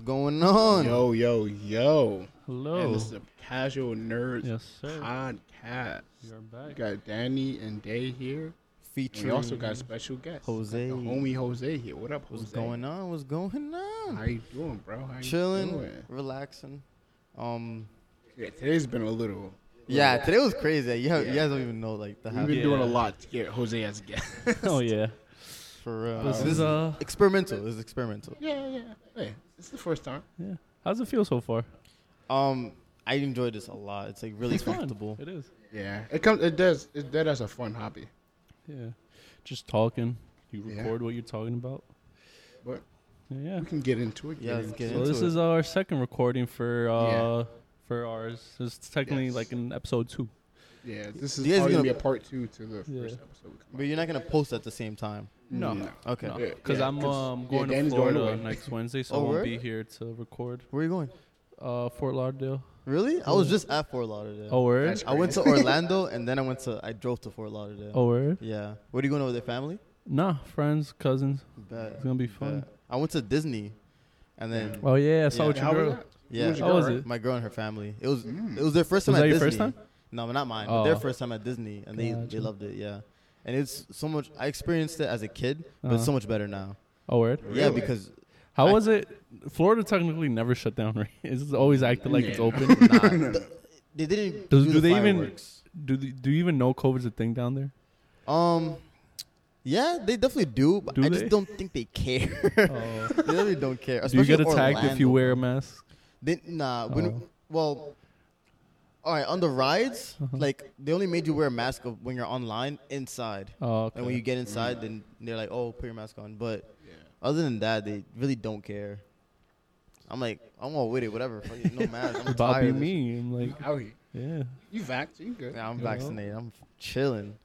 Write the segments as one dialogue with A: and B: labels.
A: going on?
B: Yo, yo, yo. And
C: Hello.
B: this is a casual nerds
C: Oh. Yes, sir.
B: podcast.
C: You're
B: We
C: back.
B: got Danny and Day here. And
A: Featuring.
B: we also got special guests.
A: Jose.
B: The homie Jose here. What up, Jose?
A: What's going on? What's going on?
B: How you doing, bro? How you
A: Chilling,
B: doing?
A: relaxing. Um.
B: Yeah, today's been a little.
A: Yeah, today was crazy. You, have, you
B: Yeah.
A: guys don't even know like the
B: We've been
A: half
B: doing a
C: Yeah.
B: lot to get Jose as a guest.
C: Oh yeah.
A: for real.
C: This
A: So
C: is uh.
A: experimental. This is experimental.
B: yeah, yeah. Hey, this is the first time.
C: Yeah. How's it feel so far?
A: Um, I enjoyed this a lot. It's like really
C: It's fun.
A: comfortable.
C: It is.
B: Yeah, it comes. It does. It, that is a fun hobby.
C: Yeah. Just talking. You
B: Yeah.
C: record what you're talking about.
B: But-
C: Yeah.
B: We can get into it.
A: Yeah, let's get
C: So
A: into
C: this
A: it.
C: is our second recording for uh
B: Yeah.
C: for ours. This is technically
B: Yes.
C: like in episode two.
B: Yeah, this is
A: You guys
B: probably
A: gonna-
B: gonna be a part two to the
C: Yeah.
B: first episode.
A: But you're not gonna post at the same time.
C: No.
A: Okay.
C: No,
B: Yeah,
C: Cause
B: yeah,
C: I'm
B: 'cause-
C: um
B: yeah,
C: going to
B: Danny's going
C: Florida
B: away.
C: next Wednesday, so
A: Oh,
C: I won't
A: word?
C: be here to record.
A: Where are you going?
C: Uh, Fort Lauderdale.
A: Really? I was just at Fort Lauderdale.
C: Oh word.
B: That's
A: I went to
B: crazy.
A: Orlando and then I went to I drove to Fort Lauderdale.
C: Oh word.
A: Yeah. What are you going with your family?
C: Nah, friends, cousins.
A: Bet.
C: It's gonna be fun.
A: Bet. I went to Disney, and then
C: Oh yeah, I saw
A: Yeah.
C: what you
B: How was
C: drew.
B: that?
A: yeah,
B: Who's your
C: How Oh, was
B: girl,
C: it?
B: right?
A: my girl and her family. It was
B: Mm.
A: it was their first time.
C: Was
A: at
C: that your
A: Disney.
C: first time?
A: No, but not mine. But their
C: Oh.
A: first time at Disney, and they they
C: Gotcha.
A: loved it. Yeah, and it's so much. I experienced it as a kid, but
C: Uh-huh.
A: it's so much better now.
C: Oh word.
A: Yeah,
B: Really?
A: because
C: How
A: I-
C: was it? Florida technically never shut down, right? It's always acted like it's
B: Yeah.
C: open.
A: nah, th- they didn't.
C: Does-
A: do,
C: do
A: the
C: they even-
A: fireworks.
C: Do the, do you even know COVID's a thing down there?
A: Um. Yeah, they definitely do, but
C: Do
A: I just
C: they? Oh.
A: don't think they care. they really don't care.
C: do you
A: Especially
C: get attacked if
A: Orlando.
C: you wear a mask?
A: They, nah, when,
C: Oh.
A: well, all right. On the rides,
C: Uh-huh.
A: like they only made you wear a mask of- when you're online inside,
C: Oh, okay.
A: and when you get inside, then they're like, "Oh, put your mask on." But
B: Yeah.
A: other than that, they really don't care. I'm like, I'm all with it, whatever. Fuck it, no mask. I'm
C: Bobby
A: tired. of this.
C: me, I'm like,
B: Out here.
C: yeah.
B: You vaxxed. You good.
A: Yeah, I'm
C: You know?
A: vaccinated. I'm chilling.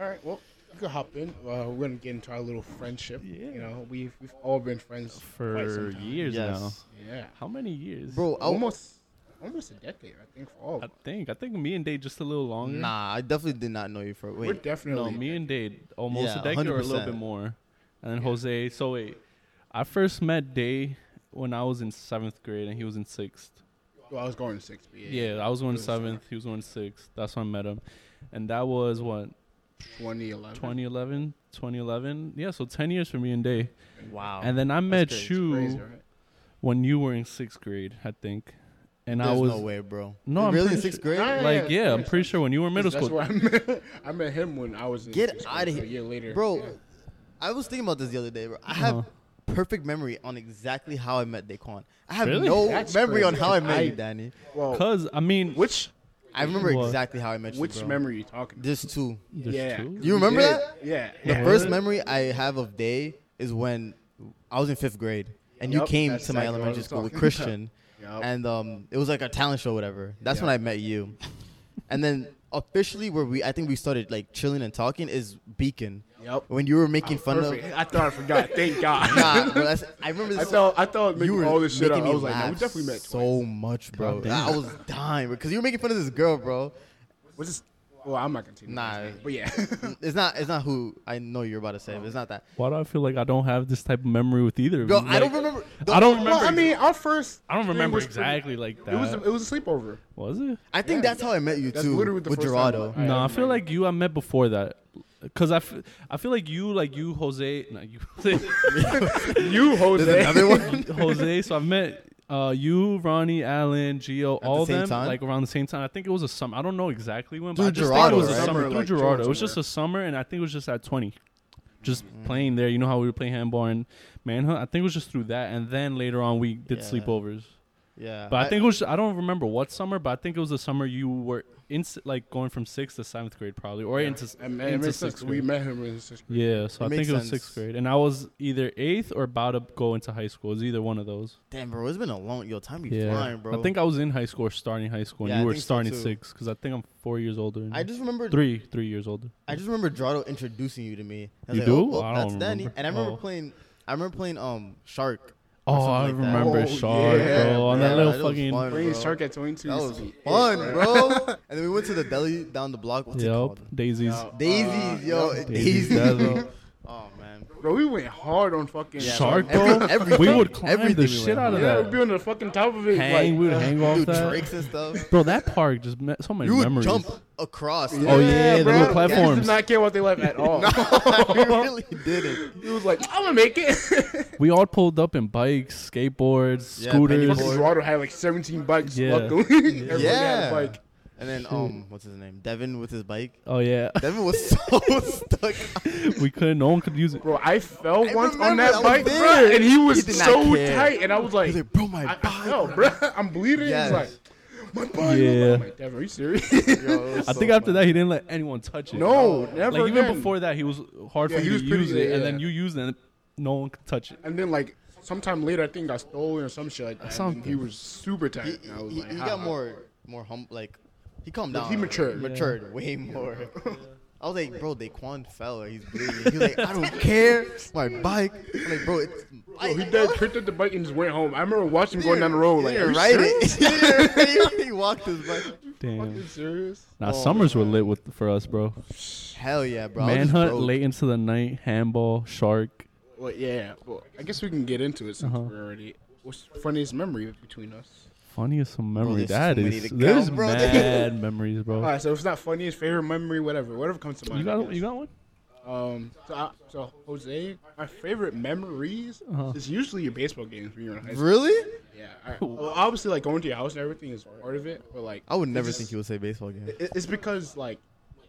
B: All right. Well, you can hop in. Uh, we're gonna get into our little friendship.
C: Yeah.
B: You know, we've we've all been friends quite
C: For
B: some time.
C: years now.
A: Yes,
B: Yeah.
C: How many years?
A: bro. I,
B: Almost almost a decade, I think, for all. Of
C: I
B: us.
C: think I think me and Dade just a little longer.
A: Nah, I definitely did not know you for
B: We're
A: wait.
B: definitely.
C: No, me and Dade almost
A: Yeah,
C: a decade or a little
A: 100%.
C: bit more. And then Jose, so wait. I first met Day when I was in seventh grade and he was in sixth.
B: Well, I was going six. But
C: Yeah, I was one
B: Really smart.
C: seventh, he was one sixth. That's when I met him. And that was what,
B: 2011.
C: 2011? 2011? Yeah, so 10 years for me and Day.
A: Wow.
C: And then I met
A: crazy.
C: you
B: Crazy, right?
C: when you were in sixth grade, I think. And I
A: There's
C: was
A: no way, bro.
C: No, I'm
A: really
C: pretty
A: in sixth
C: sure-
A: grade.
B: Nah,
C: like, yeah, I'm
B: yeah.
C: pretty sure when you were in middle
B: That's
C: school.
B: where I met, I met him when I was in
A: Get
B: sixth
A: outta
B: grade, so
A: here.
B: a year later,
A: bro.
B: Yeah.
A: I was thinking about this the other day, bro. I have
C: Uh-huh.
A: perfect memory on exactly how I met Daquan. I have
C: Really?
A: no
B: That's
A: memory on
B: crazy.
A: how I met
B: I-
A: you, Danny.
B: Well,
C: Cause I mean,
B: which
A: I remember
C: What?
A: exactly how I met you.
B: which
A: bro.
B: memory are you talking? About?
A: There's two.
C: there's
B: yeah,
C: two?
A: You remember
B: did.
A: that?
B: Yeah.
A: The
B: yeah.
A: first memory I have of day is when I was in fifth grade and you
B: Yup,
A: came to
B: that's
A: my
B: exactly what I
A: elementary
B: was
A: school with
B: talking
A: Christian,
B: Yup.
A: and um, it was like a talent show, whatever. That's when I met you, and then officially where we I think we started like chilling and talking is Beacon.
B: Yup.
A: When you were making fun
B: Perfect.
A: of.
B: I thought I forgot. Thank God.
A: Nah, bro, that's, I remember
B: I
A: this.
B: thought I thought
A: you
B: making
A: were
B: all this shit up.
A: making
B: I
A: me
B: was like, no, we
A: laugh
B: definitely met twice.
A: so much, bro.
C: God damn.
A: I was dying because you were making fun of this girl, bro.
B: Was this? Well, I'm not continuing.
A: Nah.
B: but yeah,
A: It's not. It's not who I know you're about to say. But it's not that.
C: Why do I feel like I don't have this type of memory with either? of
A: Bro,
C: you?
A: I don't
C: Like,
A: remember.
C: I don't remember.
B: well, I mean, our first.
C: I don't
B: thing
C: remember
B: was pretty-
C: exactly like that.
B: It was it was a sleepover.
C: was it?
A: I think
B: Yeah.
A: that's how I met you
B: That's
A: too
B: literally the
A: with
B: first time I-
A: Gerardo.
B: I-
C: No, I feel
B: remember.
C: like you I met before that. Cause I, f- I feel like you like you Jose not you
B: You
A: There's
B: Jose.
A: another one.
C: Jose. So I met uh, you Ronnie Allen Gio
A: the
C: all
A: same
C: them
A: time?
C: like around the same time. I think it was a summer. I don't know exactly when, but
A: Through
C: I just
A: Gerardo,
C: think it was
A: right?
C: a summer
B: Summer,
C: through
B: like,
C: Gerardo. It was
B: Georgia.
C: just a summer, and I think it was just at twenty, just playing there. You know how we were playing handball and manhunt. I think it was just through that, and then later on we did
A: Yeah.
C: sleepovers.
A: Yeah,
C: But I, think it was I don't remember what summer, but I think it was the summer you were in s- like going from sixth to seventh grade probably, or into
B: I mean, it
C: into
B: makes sense.
C: sixth
B: We
C: grade.
B: met him in sixth grade.
C: yeah, so
A: It
C: I
A: makes
C: think it was
A: sense.
C: sixth grade, and I was either eighth or about to go into high school. It was either one of those.
A: damn, bro, it's been a long. Yo, time be
C: Yeah,
A: flying, bro.
C: I think I was in high school or starting high school, and
A: Yeah,
C: you
A: I
C: were
A: think so,
C: starting
A: too.
C: six because I think I'm four years older. than
A: I
C: you.
A: just remember.
C: three, three years older.
A: I just remember Gerardo introducing you to me. I was
C: You
A: like, oh,
C: do?
A: well,
C: I
A: that's
C: don't
A: Danny.
C: remember.
A: And I remember
C: Oh.
A: playing. I remember playing um shark. or
C: Oh,
A: something
C: I
A: like that.
C: remember
B: Oh,
C: Shark,
B: yeah,
C: bro, on
A: Yeah,
C: that little
A: was
C: fucking.
A: fun,
B: Playing
A: bro.
B: Shark at 22.
A: That
B: used
A: was
B: to be-
A: fun, bro. and then we went to the deli down the block. What's it
C: Yep,
A: called?
C: Daisy's.
B: Uh,
A: Daisies, yo,
B: yeah.
A: Daisies.
C: Daisies, that's all.
A: oh man,
B: Bro, we went hard on fucking
A: Yeah,
C: Shark,
A: bro.
C: bro.
A: Every- everything-
C: we would climb
A: everything
C: the
A: we
C: shit
A: went
C: out of
A: on.
B: Yeah,
C: that.
B: we'd be on the fucking top of it.
C: hang,
B: like,
C: we would hang off
A: Dude,
C: that.
A: drinks and stuff.
C: Bro, that park just met so many
A: You would
C: memories.
A: jump across.
C: Oh, yeah, the
B: bro,
C: little
B: we
C: platforms.
B: Did not care what they left at all.
A: you really didn't.
B: He was like, I'm gonna make it.
C: We all pulled up in bikes, skateboards,
A: Yeah, penny
C: scooters.
A: board.
B: Fucking Gerardo had like 17 bikes.
C: Yeah.
B: Luckily, everybody had
A: Yeah.
B: a bike.
A: And then um, what's his name? Devin with his bike.
C: Oh yeah,
A: Devin was so stuck.
C: we couldn't. No one could use it.
B: Bro, I fell
A: I
B: once on
A: remember
B: that
A: that was
B: bike, bro,
A: there.
B: and he was
A: He did not
B: so
A: care.
B: tight, and I was like,
A: He's like, bro, my
B: I,
A: bike.
B: I fell, bro. I'm bleeding.
A: Yes.
B: He's like, my bike.
C: Yeah.
B: I'm like, Devin, are you serious? Yo,
C: I think after that, he didn't let anyone touch it.
B: no, never.
C: like even
B: again.
C: before that, he was hard
B: Yeah,
C: for
B: he
C: you
B: was
C: to
B: pretty-
C: use it, and
B: yeah.
C: then you used it, and no one could touch it.
B: And then like sometime later, I think got stolen or some shit like that. And
C: Something.
B: he was super tight.
A: He,
B: and I was
A: he-
B: like,
A: he
B: how-
A: got more, more hum. Like, he calmed
B: He
A: down.
B: matured.
A: He matured way more. I was like, bro, Daquan fell. He's bleeding. He was like, I don't care. My bike. I'm like, bro, it's.
B: Bro, he did picked up the bike and just went home. I remember watching him going down the road. Like,
A: you
B: are you
A: ride
B: serious?
A: it. he walked his bike.
C: Damn.
B: Fucking serious?
C: Now
A: Oh,
C: summers were lit with for us, bro.
B: Oh,
A: Hell yeah, bro. I was just
C: Manhunt
A: broke.
C: late into the night, handball, shark.
B: Well, yeah. Well, I guess we can get into it since
C: Uh-huh.
B: we're already. What's the funniest memory between us?
C: Funniest memory
A: there's
C: that
A: so many
C: is.
A: to
C: There's
A: count, bro.
C: mad memories,
A: Oh.
B: All
C: bro.
B: right, so if it's not funniest, favorite memory, whatever, whatever comes to mind.
C: You
B: I
C: got
B: guess.
C: you got one?
B: Um, so, I, so Jose, my favorite memories
C: Uh-huh.
B: is usually your baseball games when you're in high school.
A: Really?
B: Yeah. I, well, obviously, like going to your house and everything is part of it, but like
A: I would never
B: it's
A: think
B: just-
A: he would say baseball game.
B: it- It's because like.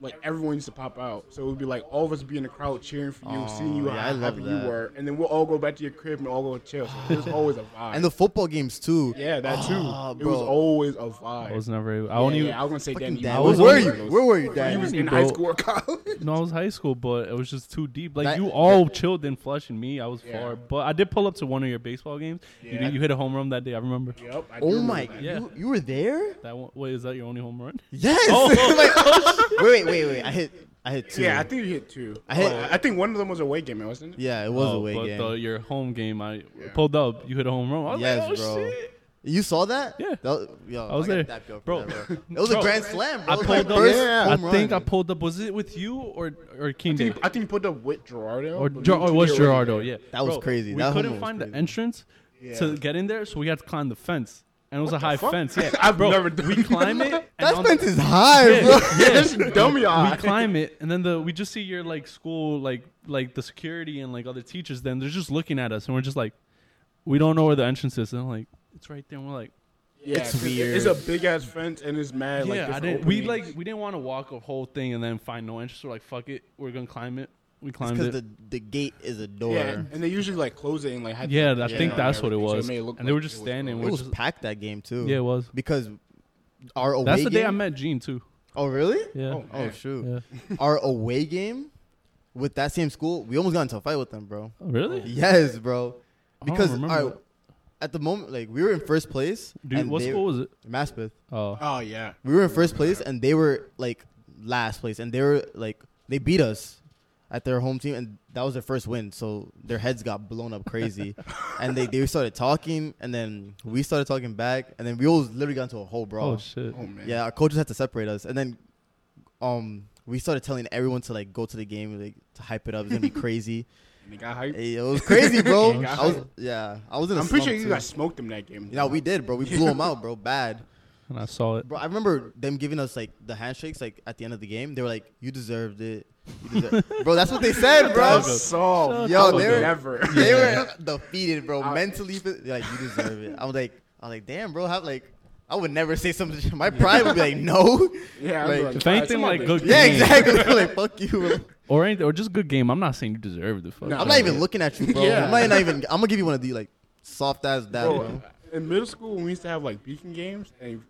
B: Like everyone used to pop out, so it would be like all of us be in the crowd cheering for you,
A: Oh,
B: seeing you
A: yeah,
B: how
A: I love
B: happy
A: that.
B: you were, and then we'll all go back to your crib and all go chill. So there's always a vibe.
A: And the football games too.
B: yeah, that too.
A: Ah,
B: it was
A: bro.
B: always a
C: I
B: vibe.
C: was never. I
B: Yeah,
C: only.
B: yeah, I was gonna say
A: Fucking
B: Danny.
A: Danny.
C: I
A: Where
C: was
A: were
C: on
A: you? Where were you,
B: He
A: Danny?
B: was in
C: Bro.
B: high school or college.
C: No, I was high school, but it was just too deep. Like
A: That-
C: you all chilled and flushed, and me, I was
B: Yeah.
C: far. But I did pull up to one of your baseball games. You,
B: Yeah.
C: did, you hit a home run that day. I remember
B: yep. I do
A: Oh
B: remember
A: my!
B: that.
C: Yeah.
A: You, you were there?
C: that one. Wait, is that your only home run?
A: Yes. Like, wait, wait, wait, wait! I hit, I hit two.
B: Yeah, I think you hit two.
A: I
B: I,
A: hit-
B: I think one of them was a away game, wasn't it?
A: Yeah, it was
C: Oh,
A: a away
C: but
A: game.
C: The, your home game, I pulled up. You hit a home run. I was
A: yes,
C: like, oh,
A: bro.
C: Shit.
A: You saw that?
C: Yeah.
A: That was, yo,
C: I was
A: got
C: there.
A: dapped up for
C: Bro.
A: that, bro. It was
C: Bro.
A: a grand slam. Bro.
C: I
A: It was
C: pulled
A: my
C: up.
A: first
C: I
A: home
C: think I
A: run.
C: pulled up. Was it with you or or King
B: I
C: David?
B: think, I think you put up with Gerardo.
C: Or
B: but
C: Ger-
B: you
C: or it
B: two
C: was
B: were already
C: Gerardo,
B: there.
C: yeah.
A: That was
C: Bro,
A: crazy.
C: We
A: That
C: couldn't
A: home was
C: find the
A: crazy.
C: entrance to
B: Yeah.
C: get in there, so we had to climb the fence, and it was a
B: the
C: high
B: fuck?
C: fence. Yeah,
B: I've
C: bro,
B: never done
C: we climb it. and
A: That
C: on
A: fence
C: the-
A: is high,
C: Yeah,
A: bro.
C: yeah.
B: This dummy
C: we
B: eye.
C: climb it, and then the we just see your like school, like like the security and like other teachers. Then they're just looking at us, and we're just like, we don't know where the entrance is. And I'm like, it's right there. And we're like,
B: Yeah,
A: It's
B: 'cause
A: weird.
B: It's a big ass fence and it's mad. like,
C: yeah, I
B: different
C: didn't. We
B: openings.
C: like we didn't want to walk a whole thing and then find no entrance. We're like, fuck it, we're gonna climb it. We climbed
A: Because
C: it.
A: the the gate is a door.
B: Yeah, and they usually like close it and like. had to-
C: yeah, I think
B: and
C: that's what it
B: everything, so
C: was.
B: made it
C: and
B: look
C: they
B: like
C: were
B: it
C: just
B: was
C: standing.
A: It
C: we're
A: was
C: just-
A: packed that game too.
C: Yeah, it was.
A: Because our away.
C: That's the day I
A: game-
C: met Gene too.
A: Oh really?
C: Yeah.
B: Oh,
A: Oh
B: man.
A: shoot! Our away game with that same school, we almost got into a fight with them, bro.
C: Oh, really?
A: Yes, bro. Because
C: remember
A: alright,
C: that.
A: at the moment, like we were in first place.
C: Dude,
A: and
C: what
A: they-
C: school was it?
A: Maspeth.
C: Oh,
B: Oh yeah.
A: We were in first place, and they were like last place, and they were like they beat us at their home team, and that was their first win. So their heads got blown up crazy, and they they started talking, and then we started talking back, and then we all literally got into a whole brawl.
C: oh shit.
B: Oh man.
A: Yeah, our coaches had to separate us, and then um we started telling everyone to like go to the game, like to hype it up. It's gonna be crazy.
B: And they got hyped.
A: Hey, it was crazy, bro.
B: Yeah,
A: I was yeah, I was in. a
B: I'm pretty sure
A: slump,
B: you
A: too.
B: guys smoked them that game.
A: You know, we did, bro. We blew them out, bro. Bad,
C: And I saw it.
A: bro. I remember them giving us like the handshakes, like at the end of the game. They were like, "You deserved it, you deserved bro." That's what they said, bro.
B: That was soft.
A: Yo,
B: That was
A: they were-
B: never.
A: They were defeated, bro.
B: I-
A: Mentally, phys- like you deserve it. I was like, I was like, damn, bro. How like. I would never say something. My pride would be like, no.
B: Yeah. I was
A: Like-
B: like,
C: If anything,
B: somebody-
C: like good
A: Yeah,
C: game
A: exactly. like, fuck you. Bro.
C: or anything, or just good game. I'm not saying you deserve the fuck.
B: No.
A: I'm
C: out
A: not
C: of
A: even
C: it.
A: looking at you, bro.
B: Yeah.
A: I'm not, not even. I'm gonna give you one of these like soft ass dab,
B: Bro,
A: bro.
B: in middle school, we used to have like beacon games, and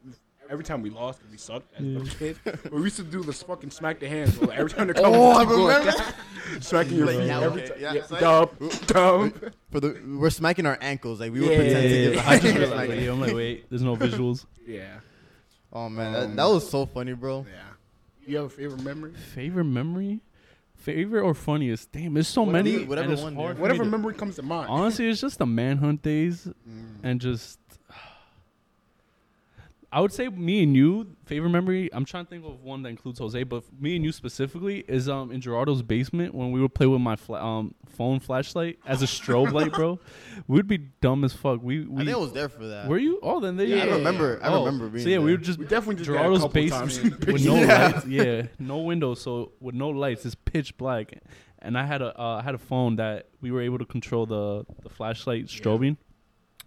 B: every time we lost, 'cause we sucked as little kids. But we used to do this fucking smack the hands. So, like, every time they come,
A: Oh, I
B: we go like
A: remember.
B: that, smacking your
A: Like,
B: feet.
A: yeah,
B: every
A: okay,
B: time,
A: yeah, it's like-
B: dump, dump.
A: For the we're smacking our ankles like we were
B: Yeah,
C: Yeah,
A: pretending
C: yeah,
A: to
C: yeah.
A: get.
C: I just
A: smacking.
C: realized. that, yeah, I'm like, wait, there's no visuals.
B: Yeah,
A: Oh man, that, that was so funny, bro.
B: yeah. You have a favorite memory?
C: Favorite memory, favorite or funniest? Damn, there's so
A: Whatever-
C: many.
A: whatever
C: and it's
A: one,
C: hard
A: dude.
C: for me
B: Whatever
C: to-
B: memory comes to mind.
A: Mm.
C: Honestly, it's just the manhunt days, and just I would say me and you favorite memory. I'm trying to think of one that includes Jose, but me and you specifically is um in Gerardo's basement when we would play with my fla- um phone flashlight as a strobe light, bro. We'd be dumb as fuck. We,
A: I
C: we
A: think I was there for that.
C: were you? Oh, then they
A: Yeah, I remember- I
C: Oh,
A: remember being
C: So yeah, we
A: there.
C: would just
B: We definitely just got a
C: Gerardo's
B: couple times in
C: basement
B: the
C: with no
A: picture. Yeah.
C: lights. Yeah, no windows, so with no lights, it's pitch black. And I had a uh, I had a phone that we were able to control the the flashlight strobing.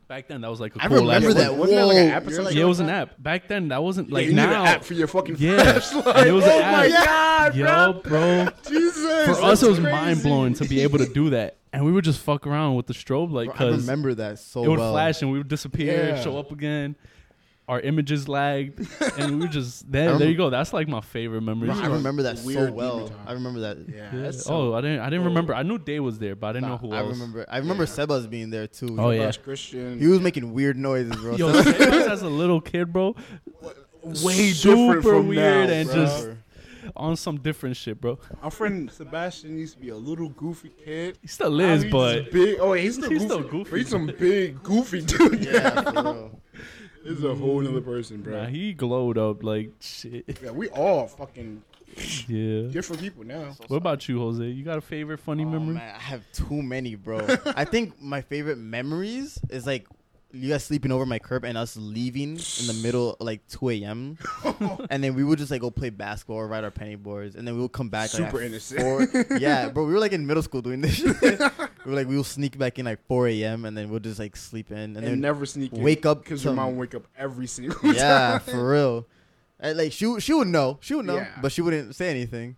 C: Back then, that was like a
A: I
C: cool
A: remember
C: ass-
B: Wasn't
A: that.
B: it- wasn't it like an
A: Whoa,
B: app or
A: you're
B: something?
A: like-
C: Yeah, it was an app. Back then, that wasn't like
B: yeah, you
C: now.
B: need an app for your fucking
C: Yeah.
B: flashlight.
C: And it was an
B: oh my
C: app.
B: god,
C: Yo,
B: bro.
C: bro.
B: Jesus.
C: For us,
B: that's
C: it was
B: crazy.
C: mind blowing to be able to do that, and we would just fuck around with the strobe light
A: Bro, I
C: because it
A: remember that so
C: would
A: well.
C: flash and we would disappear,
B: Yeah.
C: and show up again. Our images lagged, and we were just
A: I
C: there. There
A: remember-
C: you go. That's like my favorite memory.
A: Bro, I
B: Weird
A: remember that so
B: demon
A: well.
B: time.
A: I remember that.
B: Yeah.
C: Yeah.
B: That's
C: Oh, I didn't. I didn't
B: Oh.
C: remember. I knew Day was there, but I didn't
A: Nah,
C: know who
A: I
C: else.
A: remember. I remember Sebas being there too.
C: Oh, yeah.
B: Josh Christian.
A: He was making weird noises, bro.
C: Yo,
A: Sebas-
C: Sebas as a little kid, bro,
B: way
C: super
B: different from
C: weird
B: now,
C: and
B: bro.
C: just on some different shit, bro.
B: Our friend Sebastian used to be a little goofy kid.
C: He still is,
B: Now he's
C: but
B: big. Oh, wait, he's still
C: He's
B: goofy.
C: still goofy.
B: But He's some big goofy dude.
A: yeah, for real.
B: He's a whole other person, bro.
C: nah, he glowed up like shit.
B: yeah, we all fucking
C: Yeah.
B: different people now.
C: What about you, Jose? You got a favorite funny
A: Oh,
C: memory?
A: man, I have too many, bro. I think my favorite memories is like you guys sleeping over my crib and us leaving in the middle like 2 a.m. and then we would just like go play basketball or ride our penny boards and then we would come back like,
B: Super
A: at
B: innocent.
A: four- yeah, bro. We were like in middle school doing this. shit. we were like we'll sneak back in like 4 a.m. and then we'll just like sleep in and,
B: And,
A: then
B: never sneak in.
A: wake up
B: because
A: to-
B: your mom wake up every single time.
A: yeah, for real. And, like she she would know, she would know,
B: Yeah.
A: but she wouldn't say anything.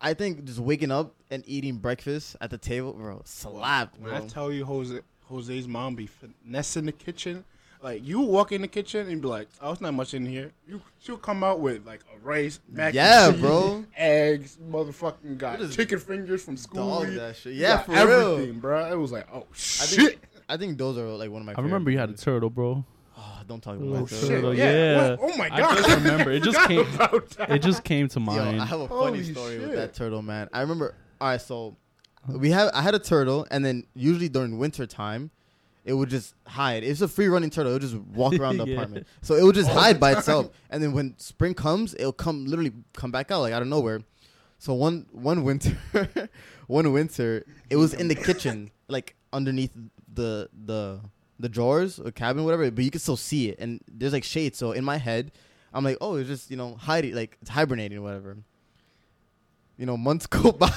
A: I think just waking up and eating breakfast at the table, bro, slapped,
B: When
A: bro.
B: I tell you, Jose, Jose's mom be finessing the kitchen. Like you walk in the kitchen and be like, "Oh, it's not much in here." You she'll come out with like a rice, mac
A: Yeah,
B: and cheese,
A: bro.
B: eggs, motherfucking got
A: What is-
B: chicken fingers from school.
A: Dog that shit. Yeah, for real.
B: everything, bro. It was like, oh
A: I
B: shit.
A: think, I think those are like one of my.
C: I remember you had a turtle, bro.
A: Oh, don't talk about
C: Little
A: my
B: shit.
A: turtle.
C: turtle.
B: yeah.
C: Yeah.
B: What? Oh my
C: I
B: God.
C: just remember. It just
B: Forgot
C: came.
B: about that.
C: It just came to
A: Yo,
C: mind.
A: I have a
B: Holy
A: funny story with
B: shit.
A: that turtle, man. I remember. All right, so we have. I had a turtle, and then usually during winter time, it would just hide. It's a free running turtle. It would just walk around the
C: Yeah.
A: apartment. So it would just hide by itself. And then when spring comes, it'll come literally come back out like out of nowhere. So one one winter, one winter, it was in the kitchen, like underneath the the the drawers or cabin, whatever. But you can still see it, and there's like shade. So in my head, I'm like, oh, it's just you know hiding, like it's hibernating, or whatever. You know, months go by.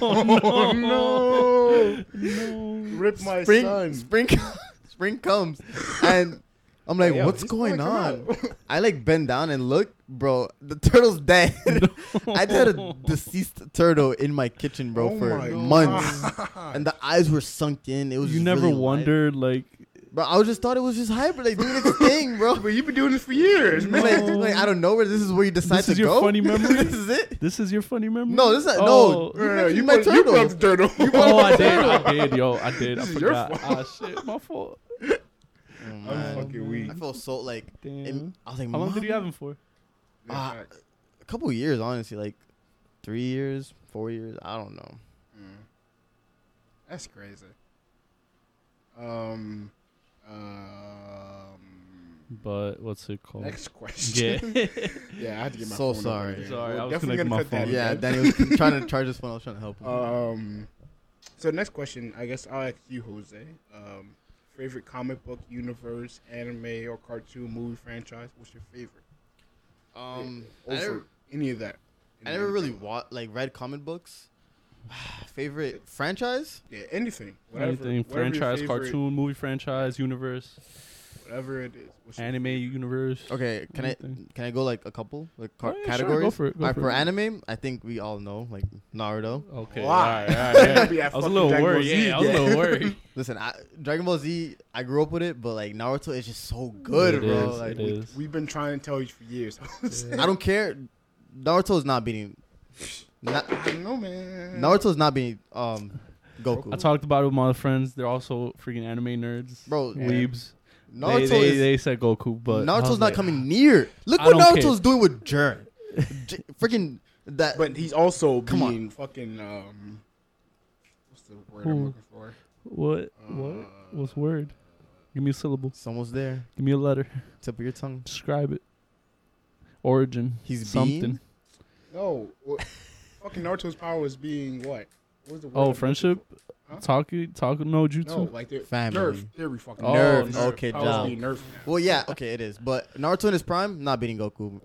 B: Oh no!
C: no.
B: Rip my
A: spring,
B: son.
A: spring, spring comes, and I'm like,
B: Yo,
A: what's
B: he's
A: going
B: gonna
A: on?
B: come out.
A: I like bend down and look, bro. The turtle's dead. I had a deceased turtle in my kitchen, bro,
B: Oh
A: for
B: my
A: months,
B: God.
A: and the eyes were sunk in. It was
C: You
A: just
C: never
A: really light.
C: wondered, like,
A: bro. I was just thought it was just hybrid, like doing its thing, bro.
B: but you've been doing this for years, man.
A: Like, like I don't know where this is where you decide
C: This
A: to
C: is your
A: go.
C: funny memory?
A: this is it.
C: this is your funny memory?
A: No, this is not,
C: Oh.
A: no.
B: Yeah, you
A: my
B: put, you
A: turtle.
B: put the turtle.
C: Oh, I did. I did, yo. I did. I
B: This is your
C: forgot. Ah,
B: fault.
C: shit. My fault.
A: Oh,
B: I'm
A: man.
B: fucking weak.
A: I felt so like
C: Damn.
A: it- I was like,
C: How long did
A: "Mom,
C: you have him for?
A: Ah, a couple years, honestly, like three years, four years. I don't know.
B: Mm. That's crazy. Um, um,
C: But what's it called?
B: next
C: Yeah.
B: question. yeah, I had to get my
A: So
B: phone up
A: sorry.
B: over here.
C: Sorry,
B: We're
C: I was
B: definitely
C: connecting
B: gonna
C: my
B: cut that
C: phone.
A: Yeah,
B: out.
A: Danny was trying to charge his phone. I was trying to help him.
B: Um, so next question, I guess I'll ask you, Jose. Um, favorite comic book universe, anime, or cartoon movie franchise? What's your favorite?
A: Um, I
B: Over
A: never,
B: any of that.
A: I never really wa- like read comic books. Favorite franchise?
B: Yeah, anything. Whatever,
C: Anything
B: whatever your
C: franchise,
B: favorite-
C: cartoon, movie franchise, universe,
B: whatever it is. What's your
C: anime universe.
A: Okay, can I
C: Anything.
A: can I go like a couple like
C: Oh,
A: car-
C: yeah, sure,
A: categories?
C: go for it, go
A: Alright,
C: for
A: for
C: it.
A: anime, I think we all know like Naruto.
C: Okay.
B: Why?
C: all right, all right, yeah.
B: Be at
C: I was a
B: fucking
C: little
B: Dragon Ball
C: worried.
B: Z
C: Yeah, I was a
A: again.
C: little worried.
A: Listen, I, Dragon Ball Z, I grew up with it, but like Naruto is just so good,
C: It
A: bro.
C: is,
A: like,
C: it is.
B: We've been trying to tell you for years.
A: I don't care. Naruto is not beating. Not,
B: I don't know, man.
A: Naruto's not being um Goku.
C: I talked about it with my other friends. They're also freaking anime nerds.
A: Bro,
C: weebs.
A: Naruto
C: they, they,
A: is
C: they said Goku, but I
A: Naruto's
C: was
A: not
C: like,
A: coming near. Look
C: I
A: what
C: don't
A: Naruto's
C: care.
A: doing with Jiren. J- freaking that.
B: But he's also
A: Come on.
B: being fucking um. What's the word
C: Who?
B: I'm looking for?
C: What? What? What's word? Give me a syllable.
A: It's almost there.
C: Give me a letter.
A: Tip of your tongue.
C: Describe it. origin.
A: He's
C: something.
A: being?
B: No, wha- fucking Naruto's power was being what? What was the word I'm
C: Oh,
B: looking
C: friendship.
B: Huh?
C: Talking, talking no
B: for? No,
C: jutsu.
B: like they're
A: Family.
B: nerf. They're fucking
C: Oh,
A: Nerf.
C: nerf.
A: Okay,
B: Powers
A: job.
B: being nerfed now.
A: Well, yeah, okay, it is. But Naruto in his prime, not beating Goku.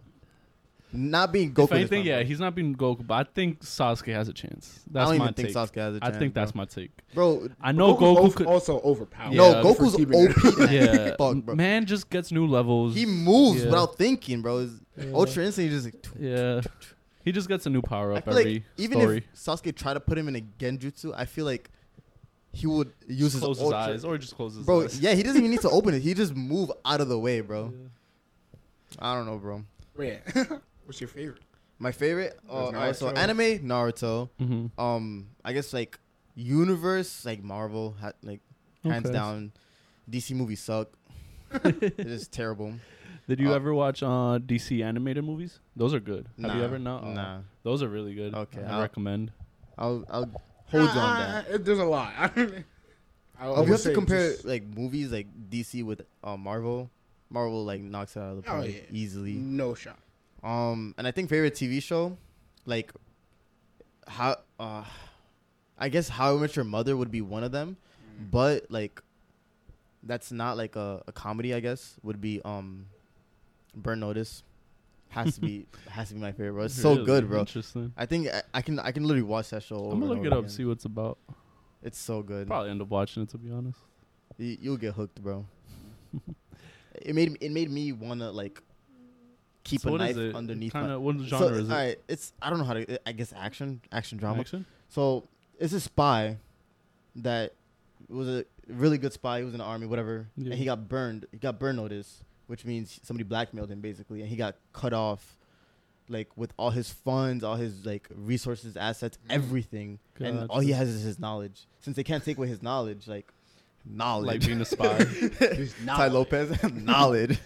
A: Not beating Goku.
C: if
A: in his
C: anything,
A: prime,
C: yeah,
A: bro.
C: he's not being Goku, but I think Sasuke has a chance.
A: I
C: That's
A: don't
C: my
A: even think
C: take.
A: Sasuke has a chance.
C: I think that's
A: bro.
C: my take.
A: bro.
C: I know
B: Goku's
C: Goku
B: al-
C: could.
B: also overpowered.
A: No,
C: Yeah,
A: Goku's
B: for keeping
A: OP.
B: it.
C: yeah,
A: Fuck, bro.
C: man just gets new levels.
A: He moves
C: Yeah.
A: without thinking, bro. His Ultra instinct is just like.
C: yeah, he just gets a new power
A: I
C: up
A: feel
C: every
A: like even
C: story.
A: if Sasuke tried to put him in a Genjutsu, I feel like he would use his
C: close his
A: ultra.
C: eyes or just close his
A: Bro,
C: eyes.
A: yeah, he doesn't even need to open it. He just move out of the way, bro. I don't know, bro.
B: Yeah. What's your favorite?
A: My favorite, uh,
B: There's
A: alright, so
B: Naruto.
A: anime Naruto.
C: Mm-hmm.
A: Um, I guess like universe, like Marvel, ha- like hands
C: Okay.
A: down. DC movies suck. it is terrible.
C: Did you
A: Uh,
C: ever watch uh, DC animated movies? Those are good. Have you
A: Nah,
C: ever not? Oh,
A: Nah,
C: Those are really good.
A: Okay,
C: I
A: I'll-
C: recommend.
A: I'll I'll hold you on that.
B: Uh, uh, There's a lot. I don't- I
A: If
B: would
A: you have
B: say
A: to compare
B: just-
A: like movies like DC with uh, Marvel, Marvel like knocks it out of the
B: Oh,
A: park
B: yeah.
A: easily.
B: no shot.
A: Um, and I think favorite TV show, like how, uh, I guess How I Met Your Mother would be one of them,
C: Mm.
A: but like, that's not like a, a comedy. I guess would be um, Burn Notice, has to be has to be my favorite. Bro. It's so
C: Really
A: good, bro.
C: Interesting.
A: I think I, I can I can literally watch that show.
C: I'm
A: over
C: gonna
A: and
C: look it
A: over
C: up,
A: again.
C: see what it's about.
A: It's so good.
C: Probably end up watching it to be honest.
A: You, you'll get hooked, bro. it made it made me wanna like keep
C: So
A: a
C: what is
A: knife
C: it?
A: underneath my
C: Kinda, what genre
A: So,
C: is it?
A: alright, it's I don't know how to. uh, I guess action, action drama.
C: Action?
A: So it's a spy that was a really good spy. He was in the army, whatever,
C: Yeah.
A: and he got burned. He got burn notice, which means somebody blackmailed him basically, and he got cut off, like with all his funds, all his like resources, assets, everything, and all he
C: Mm. Gotcha.
A: has is his knowledge. Since they can't take away his knowledge, like
C: Like
A: knowledge,
C: being a spy.
B: There's
A: Ty
B: not-
A: Lopez knowledge.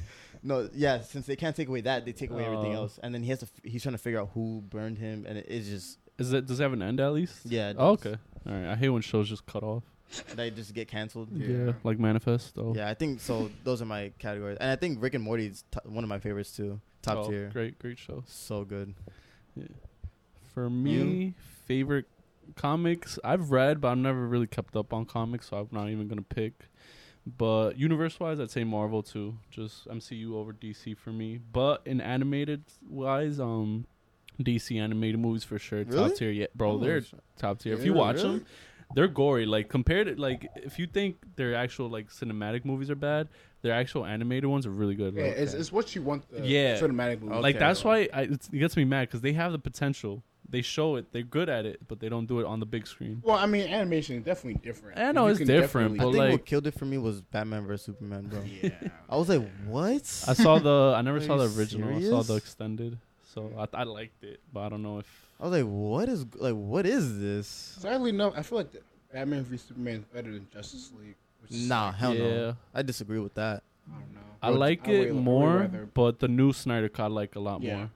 A: No, yeah. Since they can't take away that, they take away everything
C: Oh.
A: else, and then he has to. f- He's trying to figure out who burned him, and it, it's just
C: is it? Does it have an end at least?
A: yeah. it
C: Oh,
A: does.
C: okay. All right. I hate when shows just cut off.
A: They just get canceled.
B: Yeah.
C: Yeah. Like manifest. Oh.
A: Yeah, I think so. Those are my categories, and I think Rick and Morty is t- one of my favorites too. Top
C: Oh,
A: tier,
C: Great, great show.
A: so good.
C: For me, favorite comics I've read, but I've never really kept up on comics, so I'm not even gonna pick. But universe wise, I'd say Marvel too. Just MCU over DC for me. But in animated wise, um, DC animated movies for sure
A: Really?
C: top tier. Yeah, bro,
A: Oh,
C: they're
A: sh-
C: top tier. if
B: Yeah,
C: you watch
B: really?
C: them, they're gory. Like compared to like if you think their actual like cinematic movies are bad, their actual animated ones are really good.
B: Yeah,
C: Like,
B: it's, it's what you want uh, the
C: Yeah.
B: cinematic movie.
C: like
A: Okay.
C: that's why I, it's, it gets me mad because they have the potential. They show it. They're good at it, but they don't do it on the big screen.
B: Well, I mean, animation is definitely different.
C: I know
B: You
C: it's
B: can
C: different,
A: I
C: Well,
A: think
B: definitely-
C: like-
A: what killed it for me was Batman vs Superman, bro.
B: yeah.
A: I was like, what?
C: I saw the. I never
A: Are
C: saw
A: you
C: the original. I saw the
A: serious?
C: extended. So I, th- I liked it, but I don't know if.
A: I was like, what is like, what is this?
B: Sadly, no. I feel like the Batman v Superman is better than Justice League. Which is
A: Nah,
B: like,
A: hell
C: Yeah.
A: no. I disagree with that.
B: I don't know.
C: I like
B: I
C: it
B: would- I
C: more,
B: would rather-
C: but the new Snyder Cut I like a lot
B: Yeah.